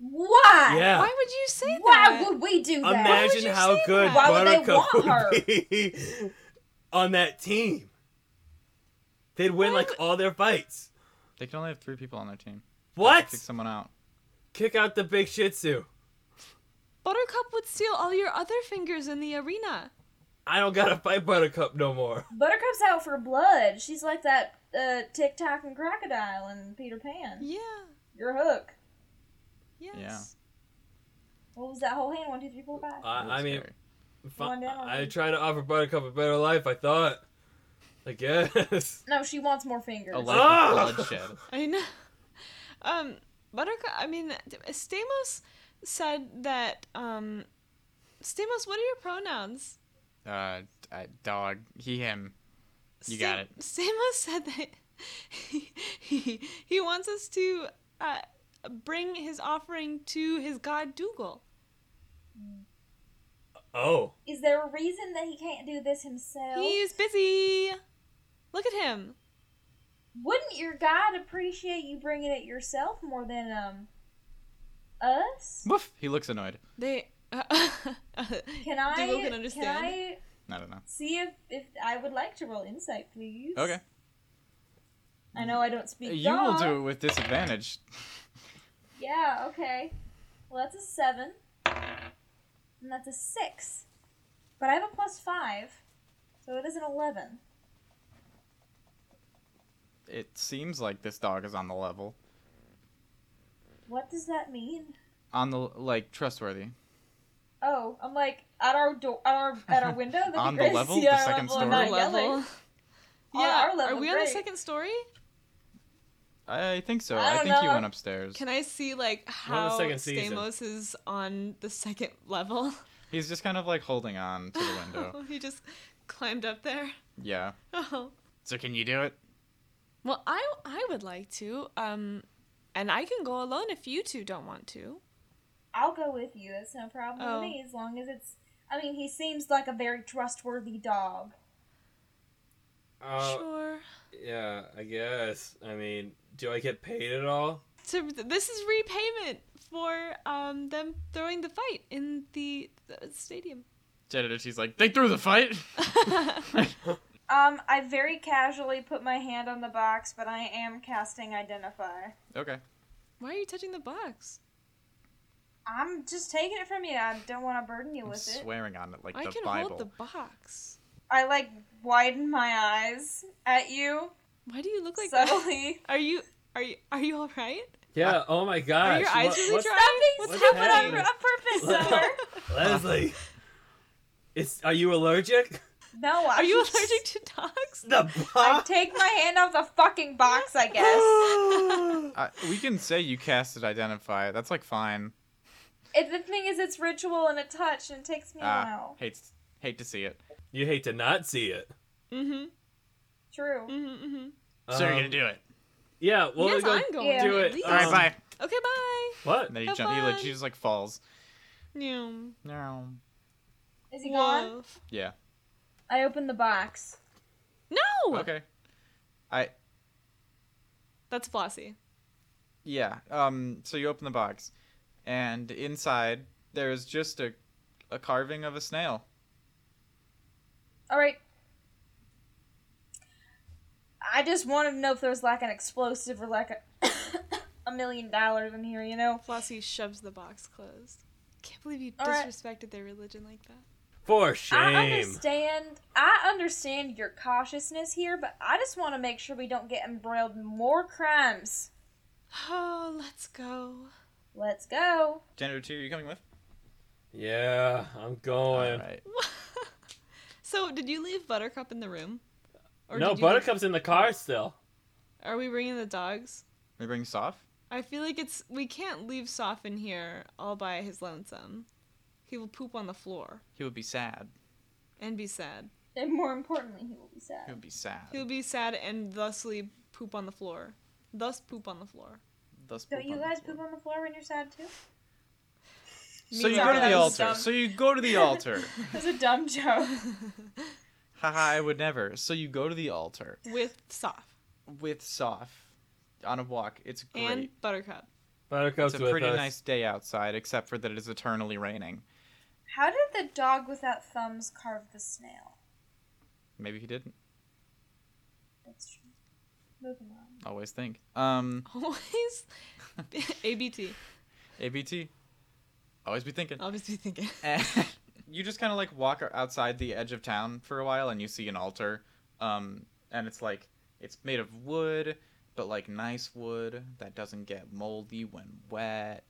Speaker 2: Why?
Speaker 4: Yeah.
Speaker 3: Why would you say
Speaker 2: Why
Speaker 3: that?
Speaker 2: would we do that?
Speaker 4: Imagine
Speaker 3: you
Speaker 4: how
Speaker 3: say
Speaker 4: good
Speaker 3: that?
Speaker 2: Why would they
Speaker 4: Buttercup would,
Speaker 2: want
Speaker 4: be [laughs] on that team. They'd win
Speaker 3: Why
Speaker 4: like all their fights.
Speaker 1: they can only have three people on their team.
Speaker 4: What?
Speaker 1: Kick someone out.
Speaker 4: Kick out the big Shih Tzu.
Speaker 3: Buttercup would steal all your other fingers in the arena.
Speaker 4: I don't gotta fight Buttercup no more.
Speaker 2: Buttercup's out for blood. She's like that uh, TikTok and crocodile in Peter Pan.
Speaker 3: Yeah.
Speaker 2: Your hook.
Speaker 3: Yes.
Speaker 2: What was that whole hand? One, two, three, four, five.
Speaker 1: That was
Speaker 4: I, I mean,
Speaker 1: scary.
Speaker 4: fi-
Speaker 2: One down.
Speaker 4: I tried to offer Buttercup a better life. I thought. I guess. [laughs]
Speaker 2: no, she wants more fingers.
Speaker 1: a life
Speaker 4: Ah!
Speaker 1: of bloodshed.
Speaker 3: I know. Um, Buttercup. I mean, Stamos said that. Um, Stamos, what are your pronouns?
Speaker 1: Uh, uh, dog. He, him. You got it.
Speaker 3: Stamos said that [laughs] he, he, he wants us to uh, bring his offering to his god Dougal.
Speaker 4: Oh.
Speaker 2: Is there a reason that he can't do this himself?
Speaker 3: He's busy. Look at him.
Speaker 2: Wouldn't your God appreciate you bringing it yourself more than um us?
Speaker 1: Woof. He looks annoyed.
Speaker 3: They. Uh, [laughs]
Speaker 2: Can I?
Speaker 3: Dougal can understand.
Speaker 2: Can I
Speaker 1: I don't know.
Speaker 2: see if, if I would like to roll insight, please?
Speaker 1: Okay.
Speaker 2: I know I don't speak.
Speaker 1: You will
Speaker 2: dog.
Speaker 1: do it with disadvantage.
Speaker 2: Yeah, okay. Well, that's a seven. And that's a six. But I have a plus five, so it is an eleven.
Speaker 1: It seems like this dog is on the level.
Speaker 2: What does that mean?
Speaker 1: On the like trustworthy.
Speaker 2: Oh, I'm like at our door, at our at
Speaker 1: [laughs]
Speaker 2: our window. that'd be
Speaker 1: On the
Speaker 2: great to
Speaker 1: level?
Speaker 2: see
Speaker 1: The
Speaker 2: our
Speaker 1: second
Speaker 2: level and
Speaker 1: story?
Speaker 2: not yelling.
Speaker 3: [laughs] Yeah.
Speaker 2: On our level,
Speaker 3: are we on the
Speaker 2: great.
Speaker 3: second story?
Speaker 1: I think so.
Speaker 2: I
Speaker 1: I,
Speaker 2: don't
Speaker 1: think you
Speaker 2: know.
Speaker 1: went upstairs.
Speaker 3: Can I see like
Speaker 4: We're on the
Speaker 3: how
Speaker 4: second season.
Speaker 3: Stamos is on the second level?
Speaker 1: He's just kind of like holding on to the
Speaker 3: [laughs]
Speaker 4: Oh.
Speaker 1: window.
Speaker 3: he just climbed up there. [laughs]
Speaker 1: yeah.
Speaker 3: Oh.
Speaker 1: So can you do it?
Speaker 3: Well, I I would like to. Um, and I can go alone if you two don't want to.
Speaker 2: I'll go with you. That's no problem
Speaker 3: Oh.
Speaker 2: with me as long as it's I mean, he seems like a very trustworthy dog.
Speaker 4: Uh,
Speaker 3: sure.
Speaker 4: Yeah, I guess. I mean, do I get paid at all?
Speaker 3: So this is repayment for um them throwing the fight in the, the stadium. [laughs]
Speaker 1: Janitor T's like, they threw the [laughs] fight.
Speaker 2: Um, I very casually put my hand on the box, but I am casting Identify.
Speaker 1: okay.
Speaker 3: Why are you touching the box?
Speaker 2: I'm just taking it from you. I don't want to burden you
Speaker 1: I'm
Speaker 2: with it.
Speaker 1: swearing on it like
Speaker 3: I
Speaker 1: the
Speaker 3: can
Speaker 1: Bible.
Speaker 3: hold the box.
Speaker 2: I like widen my eyes at you
Speaker 3: Why do you look like that?
Speaker 2: subtly.
Speaker 3: Are you are you are you all right?
Speaker 2: [laughs]
Speaker 4: Yeah. oh my gosh.
Speaker 3: are your eyes
Speaker 4: what-
Speaker 3: really
Speaker 4: what's-
Speaker 3: dry?
Speaker 2: Stop being
Speaker 3: What's
Speaker 4: What's
Speaker 2: stupid on,
Speaker 4: happening?
Speaker 2: on purpose, Summer.
Speaker 1: [laughs]
Speaker 4: Leslie, it's are you allergic?
Speaker 2: no, I
Speaker 3: Are you
Speaker 2: just-
Speaker 3: allergic to dogs?
Speaker 1: [laughs]
Speaker 4: The
Speaker 2: I
Speaker 4: box.
Speaker 2: take my hand off the fucking box,
Speaker 3: [laughs]
Speaker 2: I guess.
Speaker 1: I, we can say you casted Identify. That's like fine.
Speaker 2: it, the thing is, it's ritual and a touch, and it takes me a
Speaker 1: Ah,
Speaker 2: while.
Speaker 1: hates hate to see it.
Speaker 4: [laughs] you hate to not see it.
Speaker 3: Mm-hmm.
Speaker 2: True.
Speaker 3: Mm-hmm. mm-hmm.
Speaker 1: so you're
Speaker 4: Um,
Speaker 1: gonna do it.
Speaker 4: Yeah. Well,
Speaker 3: yes,
Speaker 4: go-
Speaker 3: I'm going.
Speaker 2: Yeah.
Speaker 3: to
Speaker 4: do
Speaker 3: at
Speaker 4: it.
Speaker 3: least.
Speaker 1: All right,
Speaker 4: um,
Speaker 1: bye.
Speaker 3: Okay, bye.
Speaker 4: What?
Speaker 1: And then he
Speaker 3: have
Speaker 1: jump. He like
Speaker 3: fun.
Speaker 1: she just like falls.
Speaker 3: Yeah.
Speaker 1: No.
Speaker 2: Is he gone?
Speaker 3: Love.
Speaker 1: Yeah.
Speaker 2: I open the box.
Speaker 3: No.
Speaker 1: Okay. I
Speaker 3: That's Flossie.
Speaker 1: yeah. Um. So you open the box, and inside there is just a a carving of a snail.
Speaker 2: All right. I just want to know if there's like an explosive or like a [coughs] a million dollars in here, you know?
Speaker 3: Flossie shoves the box closed. Can't believe you
Speaker 2: All right.
Speaker 3: disrespected their religion like that.
Speaker 4: For shame.
Speaker 2: I understand. I understand your cautiousness here, but I just want to make sure we don't get embroiled in more crimes.
Speaker 3: Oh, let's go.
Speaker 2: Let's go.
Speaker 1: Janitor two, are you coming with?
Speaker 4: Oh, Yeah, I'm going.
Speaker 1: All right.
Speaker 3: so, did you leave Buttercup in the room?
Speaker 4: no,
Speaker 3: did you leave-
Speaker 4: Buttercup's in the car still.
Speaker 3: Are we bringing the dogs?
Speaker 1: We bring soft.
Speaker 3: I feel like it's we can't leave Soph in here all by his lonesome. He will poop on the floor
Speaker 1: He would be sad.
Speaker 3: and be sad.
Speaker 2: And more importantly, he will
Speaker 1: He
Speaker 2: be sad.
Speaker 1: would be sad.
Speaker 3: He will be sad and thusly poop on the floor. Thus poop on the floor.
Speaker 1: Thus
Speaker 2: Don't
Speaker 1: poop
Speaker 2: you
Speaker 1: on the
Speaker 2: guys
Speaker 1: floor.
Speaker 2: poop on the floor when you're sad too?
Speaker 1: So you
Speaker 3: Meanwhile-
Speaker 1: go to
Speaker 2: Sorry,
Speaker 1: the
Speaker 2: that was
Speaker 1: altar.
Speaker 2: dumb.
Speaker 1: So you go to the altar. [laughs]
Speaker 2: That's a dumb joke.
Speaker 1: Haha, I would never. So you go to the altar
Speaker 3: with Soph
Speaker 1: with Soph on a walk. It's great.
Speaker 3: and Buttercup. [laughs]
Speaker 4: Buttercup's
Speaker 1: it's a
Speaker 4: with
Speaker 1: pretty
Speaker 4: us.
Speaker 1: nice day outside, except for that it is eternally raining.
Speaker 2: How did the dog without thumbs carve the snail?
Speaker 1: Maybe he didn't.
Speaker 2: That's true. Moving on.
Speaker 1: Always think. Um,
Speaker 3: Always [laughs] ABT.
Speaker 1: ABT. Always be thinking.
Speaker 3: Always be thinking.
Speaker 1: And you just kind of like walk outside the edge of town for a while, and you see an altar. Um, and it's like it's made of wood, but like nice wood that doesn't get moldy when wet.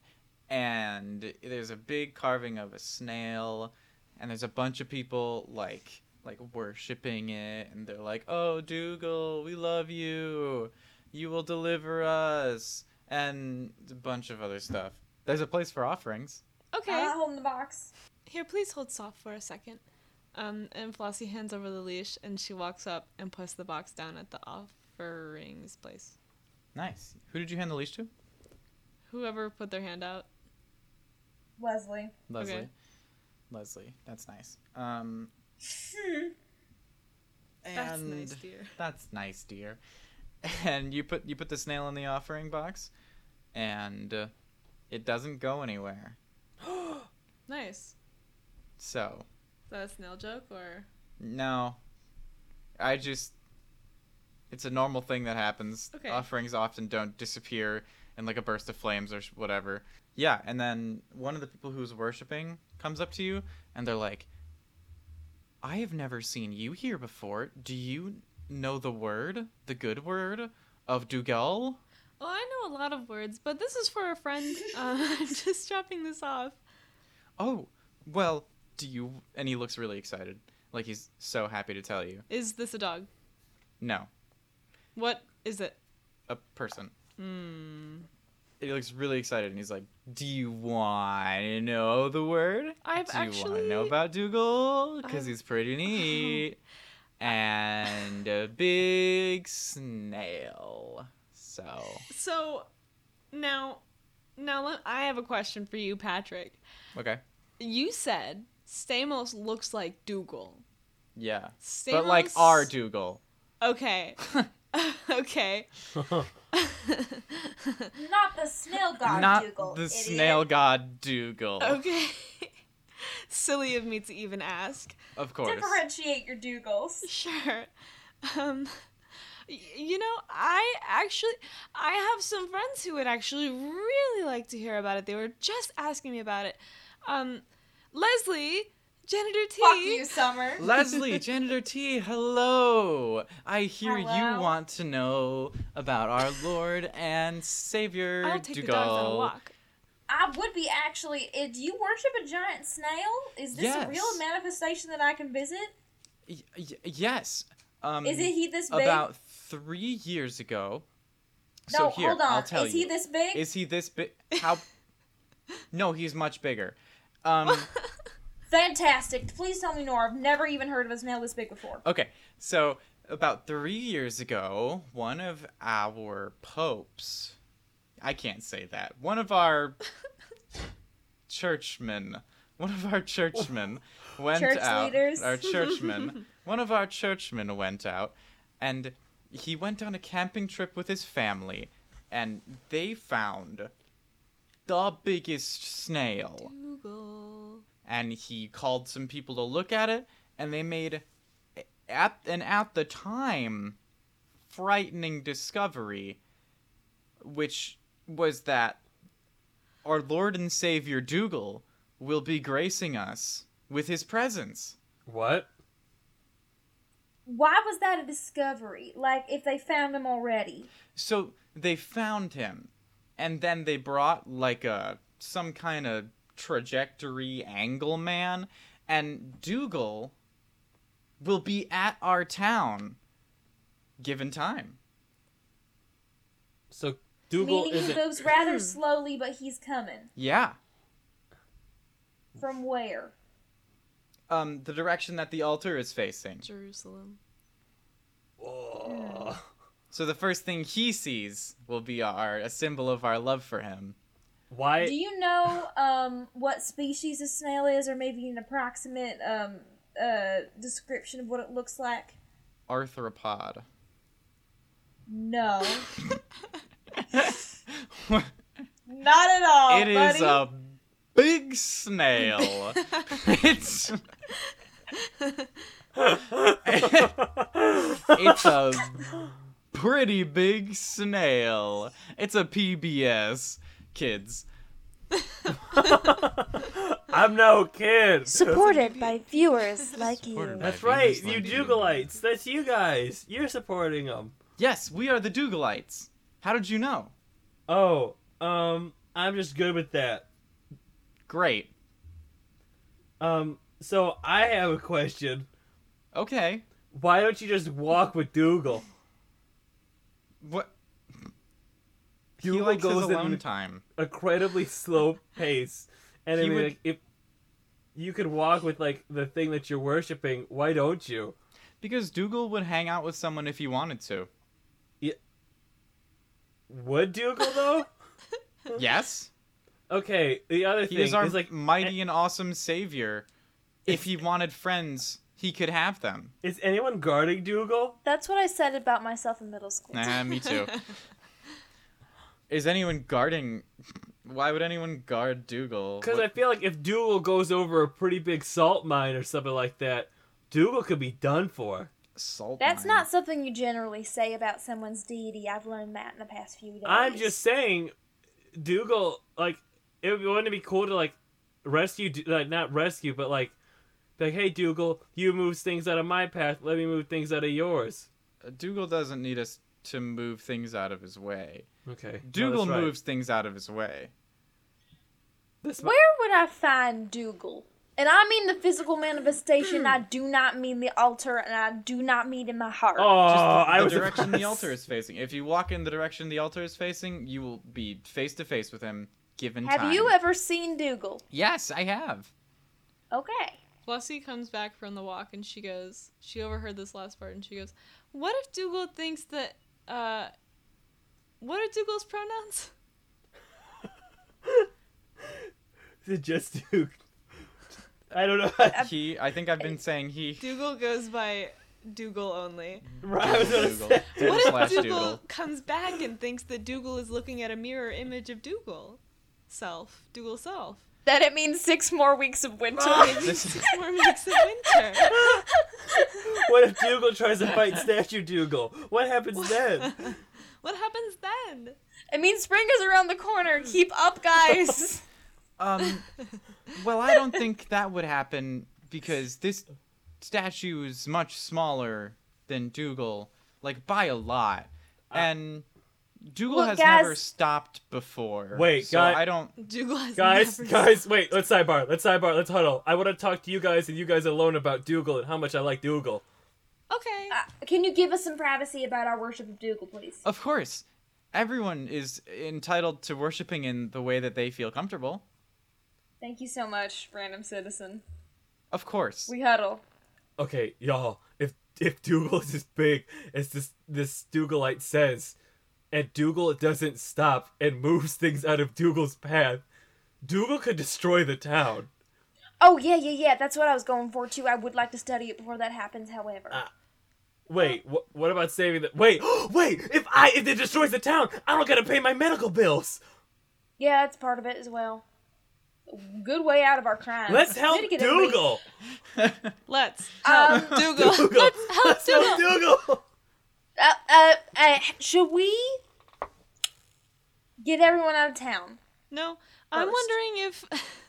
Speaker 1: And there's a big carving of a snail, and there's a bunch of people like like worshiping it, and they're like, "Oh, Dougal, we love you. You will deliver us." And a bunch of other stuff. There's a place for offerings.
Speaker 3: Okay.
Speaker 2: I'm not holding the box.
Speaker 3: Uh, Here, please hold soft for a second. Um, and Flossie hands over the leash, and she walks up and puts the box down at the offerings place.
Speaker 1: Nice. Who did you hand the leash to?
Speaker 3: Whoever put their hand out.
Speaker 2: Leslie.
Speaker 1: Leslie.
Speaker 3: Okay.
Speaker 1: Leslie, that's nice. Um,
Speaker 3: [laughs]
Speaker 1: and
Speaker 3: That's nice, dear.
Speaker 1: That's nice, dear. [laughs] And you put you put the snail in the offering box, and uh, it doesn't go anywhere.
Speaker 3: Nice.
Speaker 1: So
Speaker 3: Is that a snail joke or?
Speaker 1: no, I just it's a normal thing that happens.
Speaker 3: Okay.
Speaker 1: Offerings often don't disappear in like a burst of flames or s- whatever. Yeah, and then one of the people who's worshiping comes up to you and they're like, I have never seen you here before. Do you know the word, the good word of Dugal?
Speaker 3: Oh, I know a lot of words, but this is for a friend. Uh, [laughs] I'm just dropping this off.
Speaker 1: Oh, well, do you? And he looks really excited. Like he's so happy to tell you.
Speaker 3: Is this a dog?
Speaker 1: No,
Speaker 3: What is it?
Speaker 1: a person.
Speaker 3: Hmm.
Speaker 1: He looks really excited and he's like, Do you want to know the word?
Speaker 3: I've
Speaker 1: Do you want to
Speaker 3: actually-
Speaker 1: know about Dougal? Because
Speaker 3: I've-
Speaker 1: he's
Speaker 3: [laughs]
Speaker 1: pretty neat. and a big snail. So,
Speaker 3: So, now, now let, I have a question for you, Patrick.
Speaker 1: okay.
Speaker 3: You said Stamos looks like Dougal.
Speaker 1: Yeah.
Speaker 3: Stamos,
Speaker 1: But like our
Speaker 3: [laughs]
Speaker 1: Dougal.
Speaker 3: Okay. okay. [laughs]
Speaker 2: Not the snail god
Speaker 1: Not
Speaker 2: Dougal,
Speaker 1: the
Speaker 2: idiot.
Speaker 1: snail god Dougal.
Speaker 3: Okay. [laughs] Silly of me to even ask.
Speaker 1: Of course.
Speaker 3: [laughs]
Speaker 2: Differentiate your Dougals.
Speaker 3: Sure. Um y- you know, I actually I have some friends who would actually really like to hear about it. They were just asking me about it. Um Leslie, janitor T.
Speaker 2: Fuck you, Summer.
Speaker 1: Leslie, Janitor T, hello. I hear
Speaker 2: Hello.
Speaker 1: you want to know about our Lord and Savior
Speaker 3: I'll take the
Speaker 1: Dougal.
Speaker 3: dogs on a walk.
Speaker 2: I would be actually. eh, Do you worship a giant snail? Is this a real
Speaker 1: Yes.
Speaker 2: manifestation that I can visit?
Speaker 1: Y- y- yes. Um,
Speaker 2: Is it he this big?
Speaker 1: about three years ago?
Speaker 2: no,
Speaker 1: so here,
Speaker 2: hold on.
Speaker 1: I'll tell
Speaker 2: is
Speaker 1: you.
Speaker 2: he this big?
Speaker 1: Is he this big? How? [laughs] no, he's much bigger. Um,
Speaker 2: [laughs] Fantastic. Please tell me more. I've never even heard of a snail this big before.
Speaker 1: okay, so about three years ago, one of our popes, I can't say that, one of
Speaker 2: [laughs]
Speaker 1: our churchmen, one of our
Speaker 2: [laughs]
Speaker 1: churchmen went
Speaker 2: Church
Speaker 1: out,
Speaker 2: leaders.
Speaker 1: our
Speaker 2: [laughs]
Speaker 1: churchmen, one of our churchmen went out, and he went on a camping trip with his family, and they found the biggest snail
Speaker 3: Google.
Speaker 1: and he called some people to look at it and they made at and at the time frightening discovery which was that our lord and savior dougal will be gracing us with his presence
Speaker 4: [laughs] What?
Speaker 2: Why was that a discovery? Like, if they found him already?
Speaker 1: so they found him and then they brought like a some kind of trajectory angle man and dougal will be at our town given time
Speaker 4: So Dougal
Speaker 2: Meaning he
Speaker 4: isn't.
Speaker 2: moves rather
Speaker 1: [clears throat]
Speaker 2: slowly, but he's coming.
Speaker 1: yeah
Speaker 2: From where?
Speaker 1: um the direction that the altar is facing
Speaker 3: Jerusalem.
Speaker 4: Oh.
Speaker 1: so the first thing he sees will be our a symbol of our love for him
Speaker 4: Why?
Speaker 2: Do you know um, what species a snail is, or maybe an approximate um, uh, description of what it looks like?
Speaker 1: arthropod [laughs]
Speaker 2: No,
Speaker 1: it
Speaker 2: not at all.
Speaker 1: is
Speaker 2: Oh,
Speaker 1: um, a
Speaker 2: buddy.
Speaker 1: big snail it's It's a pretty big snail. It's a PBS, kids.
Speaker 4: [laughs] I'm no kid.
Speaker 5: Supported by
Speaker 2: [laughs]
Speaker 5: viewers like
Speaker 1: Supported
Speaker 5: you.
Speaker 1: by-
Speaker 4: That's right,
Speaker 1: Just
Speaker 4: you
Speaker 1: like you.
Speaker 4: Dugalites. That's you guys. You're supporting them.
Speaker 1: Yes, we are the Dougalites. How did you know?
Speaker 4: Oh, um, I'm just good with that.
Speaker 1: Great.
Speaker 4: Um, so I have a question.
Speaker 1: Okay.
Speaker 4: Why don't you just walk with Dougal?
Speaker 1: What? He,
Speaker 4: Dougal
Speaker 1: likes his
Speaker 4: goes
Speaker 1: alone
Speaker 4: in
Speaker 1: time.
Speaker 4: an incredibly slow
Speaker 1: [laughs]
Speaker 4: pace, and I
Speaker 1: He
Speaker 4: mean,
Speaker 1: would-
Speaker 4: like, if you could walk with like the thing that you're worshiping, why don't you?
Speaker 1: Because Dougal would hang out with someone if he wanted to.
Speaker 4: Would Dougal
Speaker 1: [laughs]
Speaker 4: though?
Speaker 1: Yes?
Speaker 4: okay. The other
Speaker 1: He
Speaker 4: thing
Speaker 1: is our
Speaker 4: like
Speaker 1: mighty and awesome savior. If he wanted friends, he could have them.
Speaker 4: Is anyone guarding Dougal?
Speaker 5: That's what I said about myself in middle school.
Speaker 1: Nah, me too. Is anyone guarding. Why would anyone guard Dougal?
Speaker 4: Because
Speaker 1: What-
Speaker 4: I feel like if Dougal goes over a pretty big salt mine or something like that, Dougal could be done for.
Speaker 1: salt
Speaker 5: That's
Speaker 1: mine.
Speaker 5: not something you generally say about someone's deity. I've learned that in the past few days.
Speaker 4: I'm just saying, Dougal, like, it would wouldn't it be cool to, like, rescue, Du- like, not rescue, but, like, be like, hey, Dougal, you move things out of my path, let me move things out of yours.
Speaker 1: Dougal doesn't need us to move things out of his way.
Speaker 4: Okay. no,
Speaker 1: Dougal
Speaker 4: that's right.
Speaker 1: moves things out of his way.
Speaker 4: This mi-
Speaker 2: Where would I find Dougal?
Speaker 5: And I mean the physical manifestation. I do not mean the altar, and I do not mean in my heart.
Speaker 4: Oh,
Speaker 1: Just the,
Speaker 4: I
Speaker 1: the
Speaker 4: was
Speaker 1: direction the
Speaker 4: impressed.
Speaker 1: altar
Speaker 4: [laughs]
Speaker 1: is facing. If you walk in the direction the altar is facing, you will be face to face with him given
Speaker 5: Have
Speaker 1: time.
Speaker 5: you ever seen Dougal?
Speaker 1: Yes, I have.
Speaker 5: Okay.
Speaker 3: Flossie comes back from the walk and she goes, she overheard this last part and she goes, What if Dougal thinks that, uh, what are Dougal's pronouns? [laughs]
Speaker 4: Is it just Dougal? [laughs] I don't know.
Speaker 1: [laughs] He, I think I've been saying he. [laughs]
Speaker 3: Dougal goes by Dougal only.
Speaker 4: Right, I was gonna
Speaker 1: Dougal.
Speaker 4: say-
Speaker 1: Dougal
Speaker 3: What
Speaker 1: slash
Speaker 3: if Dougal,
Speaker 1: Dougal.
Speaker 3: comes back and thinks that Dougal is looking at a mirror image of Dougal? Self. Dougal self.
Speaker 5: Then it means six more weeks of winter.
Speaker 1: This [laughs] is,
Speaker 3: More makes it
Speaker 4: [laughs]
Speaker 3: winter.
Speaker 4: What if Dougal tries to fight [laughs] Statue Dougal? What
Speaker 3: [laughs]
Speaker 4: happens then?
Speaker 3: What happens then?
Speaker 5: It means spring is around the corner. Keep up, guys.
Speaker 1: um, well, I don't think that would happen because this statue is much smaller than Dougal, like by a lot,
Speaker 4: Uh,
Speaker 1: and Dougal
Speaker 2: Look,
Speaker 1: has
Speaker 2: guys-
Speaker 1: never stopped before.
Speaker 4: Wait,
Speaker 1: so
Speaker 4: guy-
Speaker 1: I don't.
Speaker 3: Dougal has
Speaker 4: Guys,
Speaker 3: never
Speaker 4: guys, wait, let's sidebar, let's sidebar, let's huddle. I want to talk to you guys and you guys alone about Dougal and how much I like Dougal.
Speaker 3: Okay.
Speaker 2: Uh, [laughs] can you give us some privacy about our worship of Dougal, please?
Speaker 1: Of course, everyone is entitled to worshiping in the way that they feel comfortable.
Speaker 2: Thank you so much, random citizen.
Speaker 1: Of course.
Speaker 2: We huddle.
Speaker 4: Okay, y'all, if if Dougal is as big as this this Dougalite says, and Dougal doesn't stop and moves things out of Dougal's path, Dougal could destroy the town.
Speaker 2: Oh, yeah, yeah, yeah. That's what I was going for, too. I would like to study it before that happens, however.
Speaker 4: Uh. Wait, wh- what about saving the? Wait, [gasps] wait! If I if it destroys the town, I don't gotta pay my medical bills.
Speaker 2: yeah, that's part of it as well. Good way out of our crime.
Speaker 4: Let's help
Speaker 2: Mitigate it, please.
Speaker 4: Dougal. [laughs]
Speaker 3: Let's
Speaker 2: Um,
Speaker 3: help Dougal.
Speaker 4: Dougal.
Speaker 3: Let's help Dougal.
Speaker 4: Dougal.
Speaker 2: Uh, uh, uh, should we get everyone out of town?
Speaker 3: No, i I'm
Speaker 2: First.
Speaker 3: wondering if. [laughs]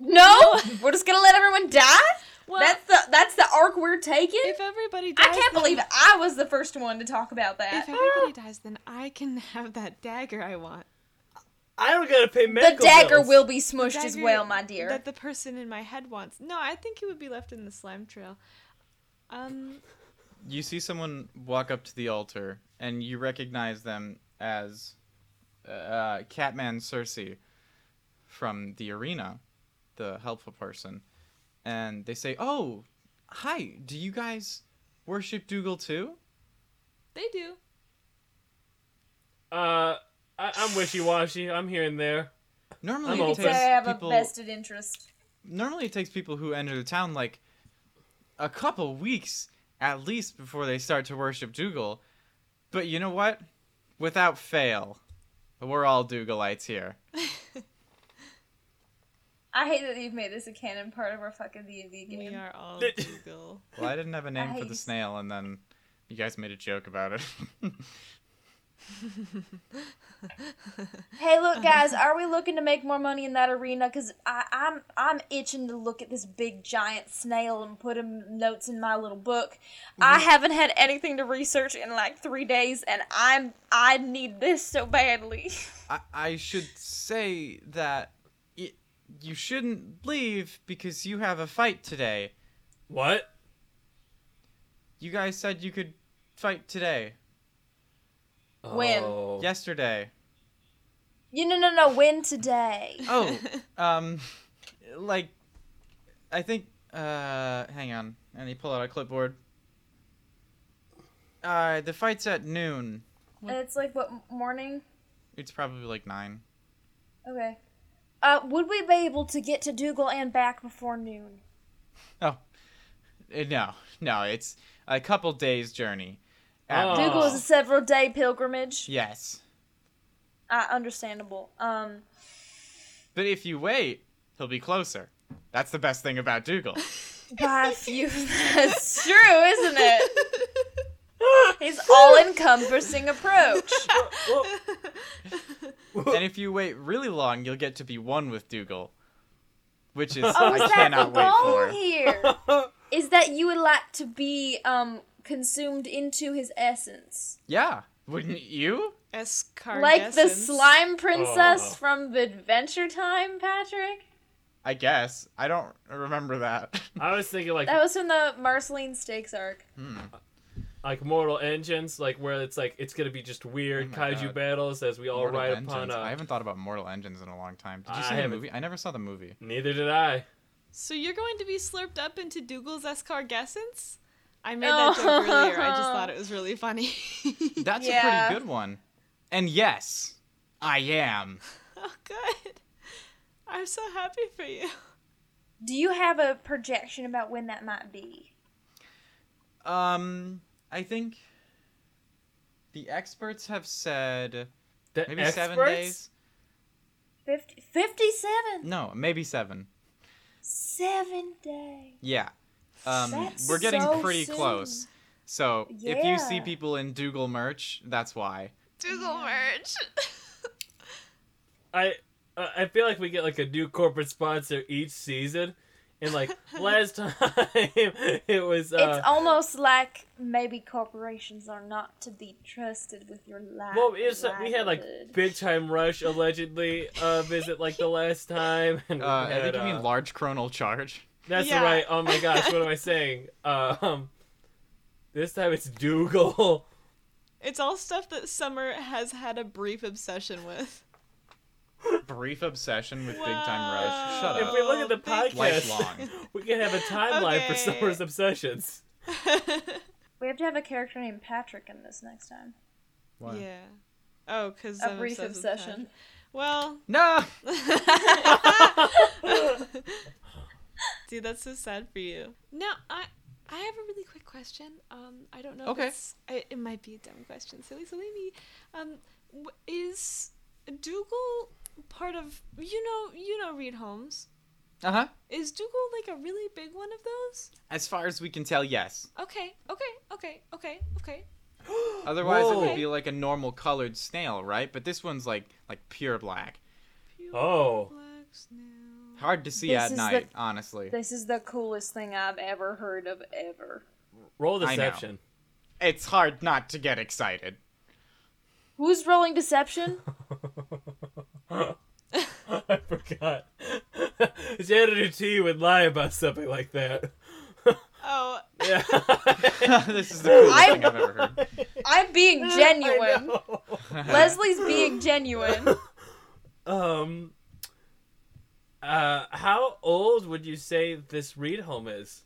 Speaker 2: No, we're just gonna let everyone die.
Speaker 3: Well,
Speaker 2: That's the that's the arc we're taking.
Speaker 3: if everybody dies,
Speaker 2: I can't
Speaker 3: then-
Speaker 2: believe I was the first one to talk about
Speaker 3: If
Speaker 2: that. Ah!
Speaker 3: everybody dies, then I can [laughs] have that dagger I want.
Speaker 4: I don't gotta pay
Speaker 2: The
Speaker 4: medical.
Speaker 2: dagger
Speaker 4: bills.
Speaker 2: will be smushed as
Speaker 3: Dagger
Speaker 2: well, my dear.
Speaker 3: That the person in my head wants. No, I think it would be left in the slime trail. Um,
Speaker 1: You see someone walk up to the altar, and you recognize them as uh, Catman Cersei from the arena, the helpful person. And they say, Oh, hi, do you guys worship Dougal too?
Speaker 3: they do.
Speaker 4: Uh, I, I'm wishy washy. I'm here and there.
Speaker 1: Normally
Speaker 4: I'm
Speaker 1: it
Speaker 4: open.
Speaker 1: takes
Speaker 2: I have
Speaker 1: people,
Speaker 2: a vested interest.
Speaker 1: normally it takes people who enter the town like a couple weeks at least before they start to worship Dougal. But you know what? Without fail, we're all Dougalites here.
Speaker 2: I hate that you've made this a canon part of our fucking D and D
Speaker 3: We
Speaker 2: game.
Speaker 3: are all
Speaker 2: [laughs]
Speaker 4: Did-
Speaker 3: Dougal.
Speaker 1: Well, I didn't have a name for the
Speaker 2: Nice.
Speaker 1: snail, and then you guys made a joke about it. [laughs]
Speaker 2: Hey, look, guys, are we looking to make more money in that arena? Cause I, I'm I'm itching to look at this big giant snail and put him notes in my little book.
Speaker 5: I
Speaker 2: Mm-hmm.
Speaker 5: haven't had anything to research in like three days, and I'm I need this so badly.
Speaker 1: I, I should say that it, you shouldn't leave because you have a fight today.
Speaker 4: What?
Speaker 1: You guys said you could fight today,
Speaker 2: When?
Speaker 4: Oh.
Speaker 1: yesterday.
Speaker 2: You no no no win today.
Speaker 1: Oh, um, like, I think, uh, hang on. And he pulled out a clipboard. Uh, the fight's at noon.
Speaker 2: It's like what m- morning?
Speaker 1: It's probably like nine.
Speaker 2: Okay. Uh, would we be able to get to Dougal and back before noon?
Speaker 1: Oh. Uh, No, no, it's a couple days journey. At
Speaker 4: Oh.
Speaker 1: most.
Speaker 2: Dougal is a several day pilgrimage.
Speaker 1: Yes.
Speaker 2: Uh, understandable. Um,
Speaker 1: But if you wait, he'll be closer. That's the best thing about
Speaker 2: [laughs]
Speaker 1: Dougal.
Speaker 2: by a
Speaker 5: [laughs]
Speaker 2: few.
Speaker 5: That's true, isn't it? His all-encompassing approach.
Speaker 4: Oh,
Speaker 1: and if you wait really long, you'll get to be one with Dougal. Which is,
Speaker 2: [laughs] Oh,
Speaker 1: I
Speaker 2: is that the
Speaker 1: cannot wait
Speaker 2: goal
Speaker 1: for. [laughs]
Speaker 2: here? [laughs] Is that you would like to be um consumed into his essence,
Speaker 1: Yeah. Wouldn't you?
Speaker 3: Escargessence.
Speaker 5: like the slime princess
Speaker 4: Oh.
Speaker 5: from Adventure Time, Patrick.
Speaker 1: I guess. I don't remember that.
Speaker 4: I was thinking like
Speaker 2: that was from the Marceline Stakes arc.
Speaker 4: like Mortal Engines, like where it's like it's gonna be just weird
Speaker 1: Oh my
Speaker 4: kaiju
Speaker 1: God.
Speaker 4: battles as we
Speaker 1: [laughs]
Speaker 4: all
Speaker 1: Mortal
Speaker 4: ride
Speaker 1: Engines.
Speaker 2: uh,
Speaker 4: upon. uh,
Speaker 1: I
Speaker 4: A...
Speaker 1: haven't thought about Mortal Engines in a long time. Did you
Speaker 4: I
Speaker 1: see the
Speaker 4: haven't.
Speaker 1: movie? I never saw the
Speaker 2: [laughs]
Speaker 1: movie.
Speaker 4: Neither did I.
Speaker 3: So you're going to be slurped up into Dougal's escargessence? I made
Speaker 2: [laughs]
Speaker 3: that joke earlier. I just thought it was really funny. [laughs]
Speaker 1: That's a
Speaker 2: Yeah.
Speaker 1: pretty good one. And yes, I am.
Speaker 3: oh, good. I'm so happy for you.
Speaker 2: Do you have a projection about when that might be?
Speaker 1: Um, I think the experts have said
Speaker 4: The
Speaker 1: maybe seven
Speaker 4: experts?
Speaker 1: days.
Speaker 2: 50, 57?
Speaker 1: No, maybe seven.
Speaker 2: Seven days.
Speaker 1: Yeah. Um,
Speaker 2: That's
Speaker 1: we're getting
Speaker 2: so
Speaker 1: pretty
Speaker 2: soon.
Speaker 1: close. So if you see
Speaker 2: Yeah.
Speaker 1: people in Dougal merch, that's why.
Speaker 3: Dougal merch.
Speaker 4: I uh, I feel like we get like a new corporate sponsor each season, and like last time [laughs] it was uh,
Speaker 2: it's almost like maybe corporations are not to be trusted with your life.
Speaker 4: well, it's, like, we had like
Speaker 2: livelihood.
Speaker 4: big time rush allegedly uh, visit like the last time. And we
Speaker 1: Uh, I
Speaker 4: had,
Speaker 1: think you
Speaker 4: uh,
Speaker 1: mean large chronal charge.
Speaker 4: That's
Speaker 3: Yeah.
Speaker 4: right. Oh my gosh, what am I saying? Um, this time it's Dougal.
Speaker 3: it's all stuff that Summer has had a brief obsession with.
Speaker 1: Brief obsession with big time rush.
Speaker 3: Wow.
Speaker 1: Shut
Speaker 4: If
Speaker 1: up.
Speaker 4: we look at the
Speaker 3: thank
Speaker 4: podcast,
Speaker 3: you.
Speaker 1: Lifelong.
Speaker 4: [laughs] we can have a timeline for
Speaker 3: Okay.
Speaker 4: Summer's obsessions.
Speaker 2: we have to have a character named Patrick in this next time.
Speaker 3: [laughs]
Speaker 1: What?
Speaker 3: yeah. Oh, because
Speaker 2: A brief obsession.
Speaker 3: Well, [laughs]
Speaker 1: No.
Speaker 3: dude, that's so sad for you. No, I I have a really quick question. Um, I don't know.
Speaker 1: Okay.
Speaker 3: If it's, I, it might be a dumb question. Silly, silly me. Um, wh- is Dougal part of you know you know Reed Holmes?
Speaker 1: Uh huh.
Speaker 3: Is Dougal like a really big one of those?
Speaker 1: As far as we can tell, yes.
Speaker 3: Okay, okay, okay, okay, okay.
Speaker 1: Otherwise, it
Speaker 4: Whoa.
Speaker 1: would be like a normal colored snail, right? But this one's like like pure black.
Speaker 3: Pure
Speaker 4: Oh.
Speaker 3: black snail.
Speaker 1: Hard to see
Speaker 2: This
Speaker 1: at
Speaker 2: is
Speaker 1: night, honestly.
Speaker 2: This is the coolest thing I've ever heard of ever.
Speaker 4: Roll
Speaker 1: I know.
Speaker 4: deception. [laughs]
Speaker 1: It's hard not to get excited. [laughs]
Speaker 2: Who's rolling deception?
Speaker 4: I forgot. [laughs] Janitor T would lie about something like that.
Speaker 3: Oh,
Speaker 4: Yeah.
Speaker 1: [laughs] this is the coolest
Speaker 2: I-
Speaker 1: thing I've ever [laughs] heard.
Speaker 2: I'm being genuine.
Speaker 4: I
Speaker 2: Leslie's being genuine.
Speaker 4: know. [laughs] Um. Uh, how old would you say this Reed home is?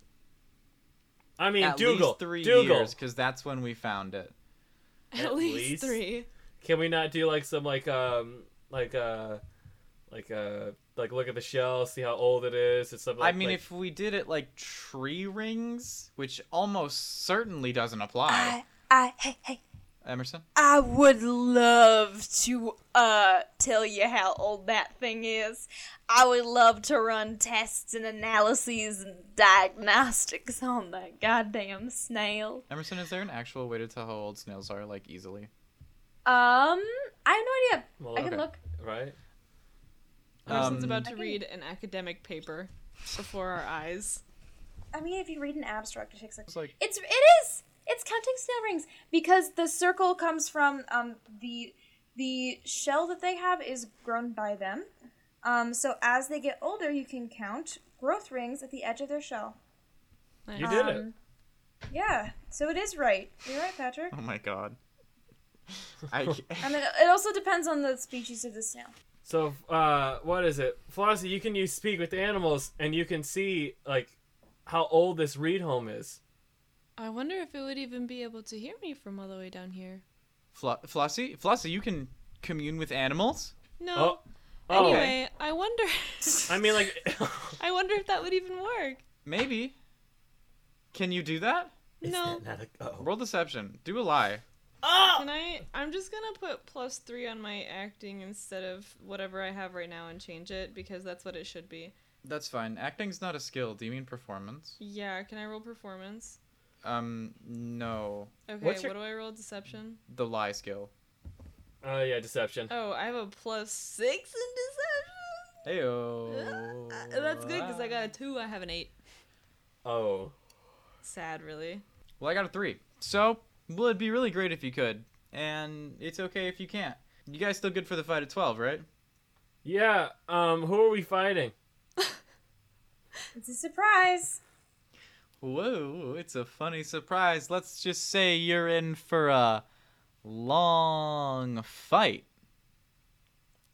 Speaker 4: I mean,
Speaker 1: At
Speaker 4: Dougal.
Speaker 1: least three
Speaker 4: Dougal.
Speaker 1: years, because that's when we found it.
Speaker 3: [laughs] at,
Speaker 4: At
Speaker 3: least,
Speaker 4: least.
Speaker 3: three.
Speaker 4: Can we not do like some like um like uh like uh like look at the shell, see how old it is, or something.
Speaker 1: I
Speaker 4: Like,
Speaker 1: mean,
Speaker 4: like-
Speaker 1: if we did it like tree rings, which almost certainly doesn't apply.
Speaker 2: I, I, hey, hey,
Speaker 1: Emerson?
Speaker 2: I would love to uh tell you how old that thing is. I would love to run tests and analyses and diagnostics on that goddamn snail.
Speaker 1: Emerson, is there an actual way to tell how old snails are, like easily?
Speaker 2: Um, I have no idea.
Speaker 4: Well,
Speaker 2: I can
Speaker 4: okay.
Speaker 2: look.
Speaker 4: right?
Speaker 3: Person's
Speaker 1: Um,
Speaker 3: about to read an academic paper before our eyes.
Speaker 2: I mean, if you read an abstract, it takes like
Speaker 1: It's like
Speaker 2: It's it is. It's counting snail rings because the circle comes from um the the shell that they have is grown by them. Um, so as they get older, you can count growth rings at the edge of their shell.
Speaker 4: You
Speaker 3: Uh,
Speaker 4: did it.
Speaker 2: Um, Yeah, so it is right. You're right, Patrick.
Speaker 1: Oh my
Speaker 4: [laughs]
Speaker 1: god. I
Speaker 2: I mean, it also depends on the species of the snail.
Speaker 4: So, uh, what is it, Flossie? You can use speak with animals, and you can see like how old this reed home is.
Speaker 3: I wonder if it would even be able to hear me from all the way down here.
Speaker 1: [laughs] Flo- Flossie, Flossie, you can commune with animals.
Speaker 3: No.
Speaker 4: Oh, oh.
Speaker 3: Anyway, I wonder. [laughs]
Speaker 4: I mean, like, [laughs]
Speaker 3: I wonder if that would even work.
Speaker 1: Maybe. Can you do that?
Speaker 3: No.
Speaker 4: not a, oh.
Speaker 1: Roll deception. Do a lie.
Speaker 3: Can I? I'm just gonna put plus three on my acting instead of whatever I have right now and change it because that's what it should be.
Speaker 1: That's fine. Acting's not a skill. Do you mean performance?
Speaker 3: Yeah. Can I roll performance?
Speaker 1: Um, no.
Speaker 3: Okay.
Speaker 4: What's your-
Speaker 3: What do I roll? Deception.
Speaker 1: The lie skill.
Speaker 4: Oh, yeah, deception.
Speaker 3: Oh, I have a plus six in
Speaker 1: Heyo.
Speaker 3: deception. Uh, [laughs] That's good because I got a two. I have an eight.
Speaker 4: Oh,
Speaker 3: Sad, really.
Speaker 1: Well, I got a three. So, well, it'd be really great if you could, and it's okay if you can't. You guys still good for the fight at twelve, right?
Speaker 4: yeah. Um, who are we fighting?
Speaker 2: It's a surprise.
Speaker 1: Whoa, it's a funny surprise. Let's just say you're in for a long fight.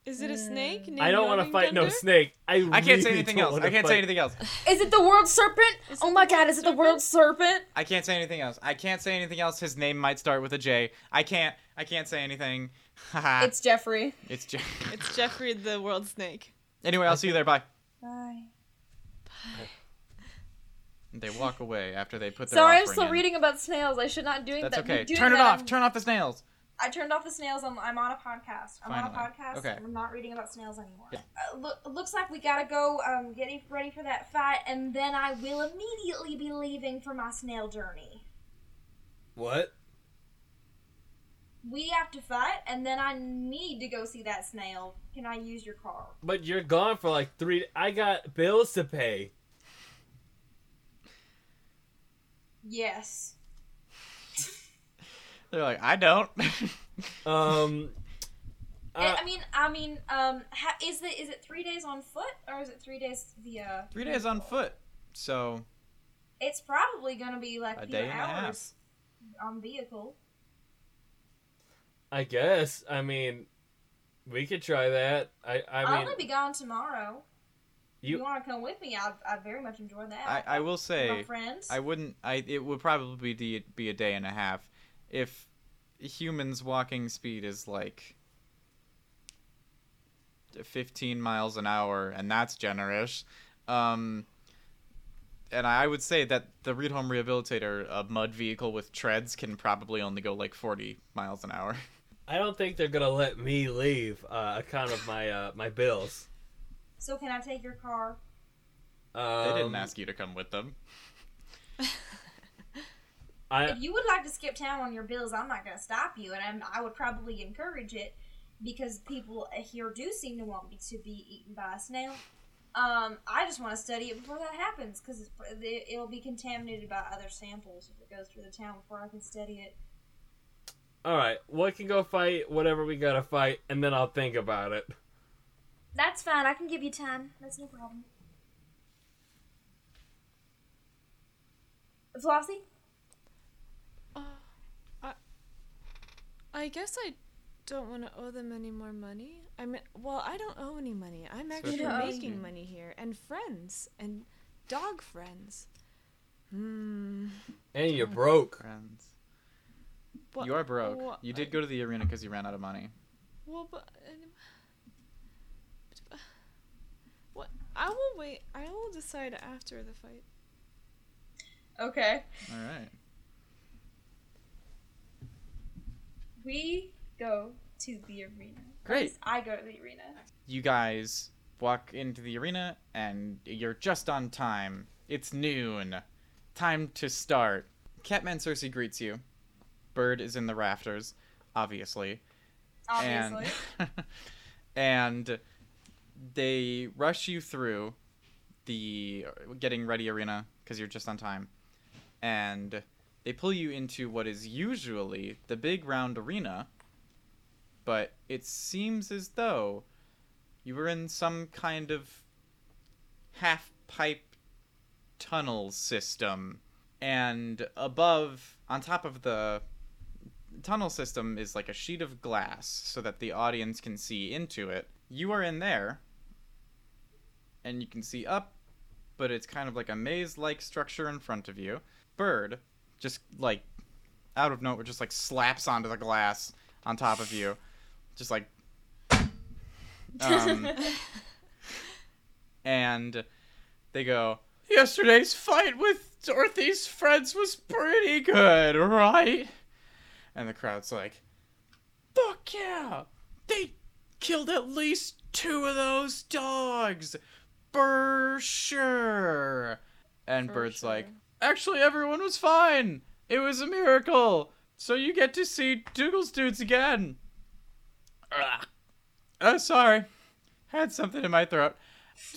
Speaker 3: Is it a snake?
Speaker 4: I don't want to fight no
Speaker 3: snake.
Speaker 4: snake. I,
Speaker 1: I can't say
Speaker 4: really
Speaker 1: anything
Speaker 4: don't
Speaker 1: else.
Speaker 4: wanna
Speaker 1: I can't
Speaker 4: fight.
Speaker 1: say anything else.
Speaker 2: Is it the world serpent?
Speaker 3: Is
Speaker 2: oh
Speaker 3: it
Speaker 2: my
Speaker 3: the
Speaker 2: god,
Speaker 3: world
Speaker 2: is it the world serpent?
Speaker 1: I can't say anything else. I can't say anything else. His name might start with a J. I can't. I can't say anything. [laughs] Haha.
Speaker 2: It's Jeffrey.
Speaker 1: it's J.
Speaker 3: It's Jeffrey the world snake.
Speaker 1: Anyway, I'll see you there. Bye.
Speaker 2: Bye.
Speaker 3: Bye.
Speaker 1: They walk away after they put their
Speaker 2: Sorry, I'm
Speaker 1: offering
Speaker 2: still
Speaker 1: in.
Speaker 2: reading about snails. I should not be doing
Speaker 1: That's
Speaker 2: that.
Speaker 1: okay.
Speaker 2: Doing
Speaker 1: Turn it
Speaker 2: that,
Speaker 1: off.
Speaker 2: I'm-
Speaker 1: Turn off the snails.
Speaker 2: I turned off the snails. I'm, I'm on a podcast. I'm on a
Speaker 1: Finally.
Speaker 2: podcast.
Speaker 1: Okay.
Speaker 2: And I'm not reading about snails anymore. Uh, look, looks like we gotta go um, getting ready for that fight, and then I will immediately be leaving for my snail journey.
Speaker 4: What?
Speaker 2: We have to fight, and then I need to go see that snail. Can I use your car?
Speaker 4: But you're gone for like three. I got bills to pay.
Speaker 2: Yes.
Speaker 1: They're like, I don't. [laughs]
Speaker 4: Um.
Speaker 2: I-
Speaker 4: uh,
Speaker 2: I mean, I mean, um, ha- is the is it three days on foot or is it three days via?
Speaker 1: Three days on foot, so
Speaker 2: It's probably gonna be like
Speaker 1: a
Speaker 2: few
Speaker 1: day and a half.
Speaker 2: hours on vehicle.
Speaker 4: I guess. I mean, we could try that. I.
Speaker 2: I
Speaker 4: I
Speaker 2: will
Speaker 4: mean,
Speaker 2: only be gone tomorrow. You,
Speaker 4: you.
Speaker 2: want to come with me? I I very much enjoy that.
Speaker 1: I, I will
Speaker 2: my
Speaker 1: say,
Speaker 2: friends.
Speaker 1: I wouldn't. I it would probably be be a day and a half, if humans' walking speed is like fifteen miles an hour, and that's generous. Um, and I would say that the Reed Home Rehabilitator, a mud vehicle with treads, can probably only go like forty miles an hour. [laughs]
Speaker 4: I don't think they're gonna let me leave uh, account of my uh, my bills.
Speaker 2: so can I take your car?
Speaker 4: Um,
Speaker 1: They didn't ask you to come with them.
Speaker 4: I
Speaker 2: If you would like to skip town on your bills, I'm not going to stop you, and I'm, I would probably encourage it because people here do seem to want me to be eaten by a snail. Um, I just want to study it before that happens because it'll be contaminated by other samples if it goes through the town before I can study it.
Speaker 4: all right. We can go fight whatever we gotta fight, and then I'll think about it.
Speaker 2: That's fine. I can give you time. That's no problem. Flossie?
Speaker 3: Uh, I guess I don't want to owe them any more money. I mean, well, I don't owe any money. I'm
Speaker 1: Especially
Speaker 3: actually
Speaker 2: not
Speaker 1: you.
Speaker 3: making money here, and friends, and dog friends. Hmm.
Speaker 4: And you're broke.
Speaker 1: Friends.
Speaker 3: Well,
Speaker 1: you are broke.
Speaker 3: well,
Speaker 1: you did go to the arena because you ran out of money.
Speaker 3: Well, but. uh, What? I will wait. I will decide after the fight.
Speaker 2: Okay.
Speaker 1: All right.
Speaker 2: We go to the arena.
Speaker 1: Great.
Speaker 2: I go to the arena.
Speaker 1: you guys walk into the arena and you're just on time. It's noon. Time to start. Catman Cersei greets you. Bird is in the rafters, obviously.
Speaker 2: Obviously.
Speaker 1: And, [laughs] and they rush you through the getting ready arena because you're just on time. And they pull you into what is usually the big round arena, but it seems as though you were in some kind of half pipe tunnel system. And above, on top of the tunnel system, is like a sheet of glass so that the audience can see into it. You are in there, and you can see up, but it's kind of like a maze like structure in front of you. Bird, just like out of nowhere, just like slaps onto the glass on top of you. Just like. Um, and they go, Yesterday's fight with Dorothy's friends was pretty good, right? And the crowd's like, Fuck yeah! They killed at least two of those dogs! For sure! And
Speaker 3: For
Speaker 1: Bird's
Speaker 3: sure.
Speaker 1: like, Actually, everyone was fine! It was a miracle! So you get to see Dougal's dudes again! Ugh. Oh, sorry. Had something in my throat.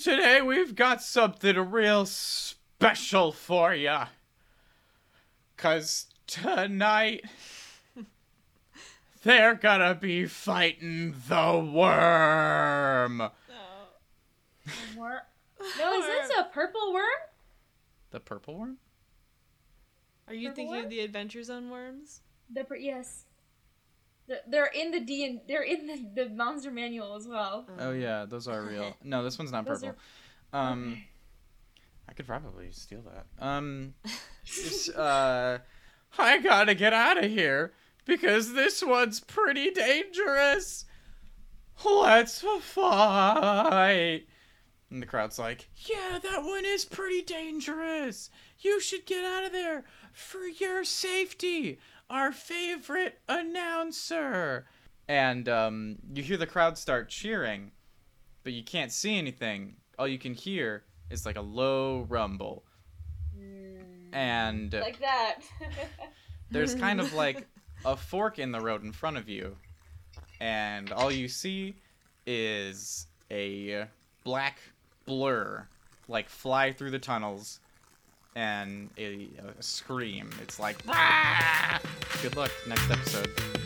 Speaker 1: Today we've got something real special for ya. Cause tonight they're gonna be fighting the worm.
Speaker 3: Oh. [laughs]
Speaker 6: [laughs]
Speaker 2: Wor-
Speaker 5: No, is this a purple worm?
Speaker 1: The purple worm?
Speaker 3: Are you
Speaker 2: Purple
Speaker 3: thinking
Speaker 2: worm?
Speaker 3: of the Adventure Zone worms?
Speaker 2: The pr- yes, The- they're in the D and they're in the, the monster manual as well.
Speaker 1: Oh yeah, those are real. No, this one's not
Speaker 2: Those
Speaker 1: purple. Um I could probably steal that. Um it's, uh I gotta get out of here because this one's pretty dangerous. Let's fight. And the crowd's like, Yeah, that one is pretty dangerous. You should get out of there for your safety. Our favorite announcer. And um, you hear the crowd start cheering, but you can't see anything. All you can hear is like a low rumble. And
Speaker 2: [laughs]
Speaker 6: Like that. [laughs]
Speaker 1: there's kind of like a fork in the road in front of you, and all you see is a black blur like fly through the tunnels and a, a scream. It's like, "Ah!" good luck next episode.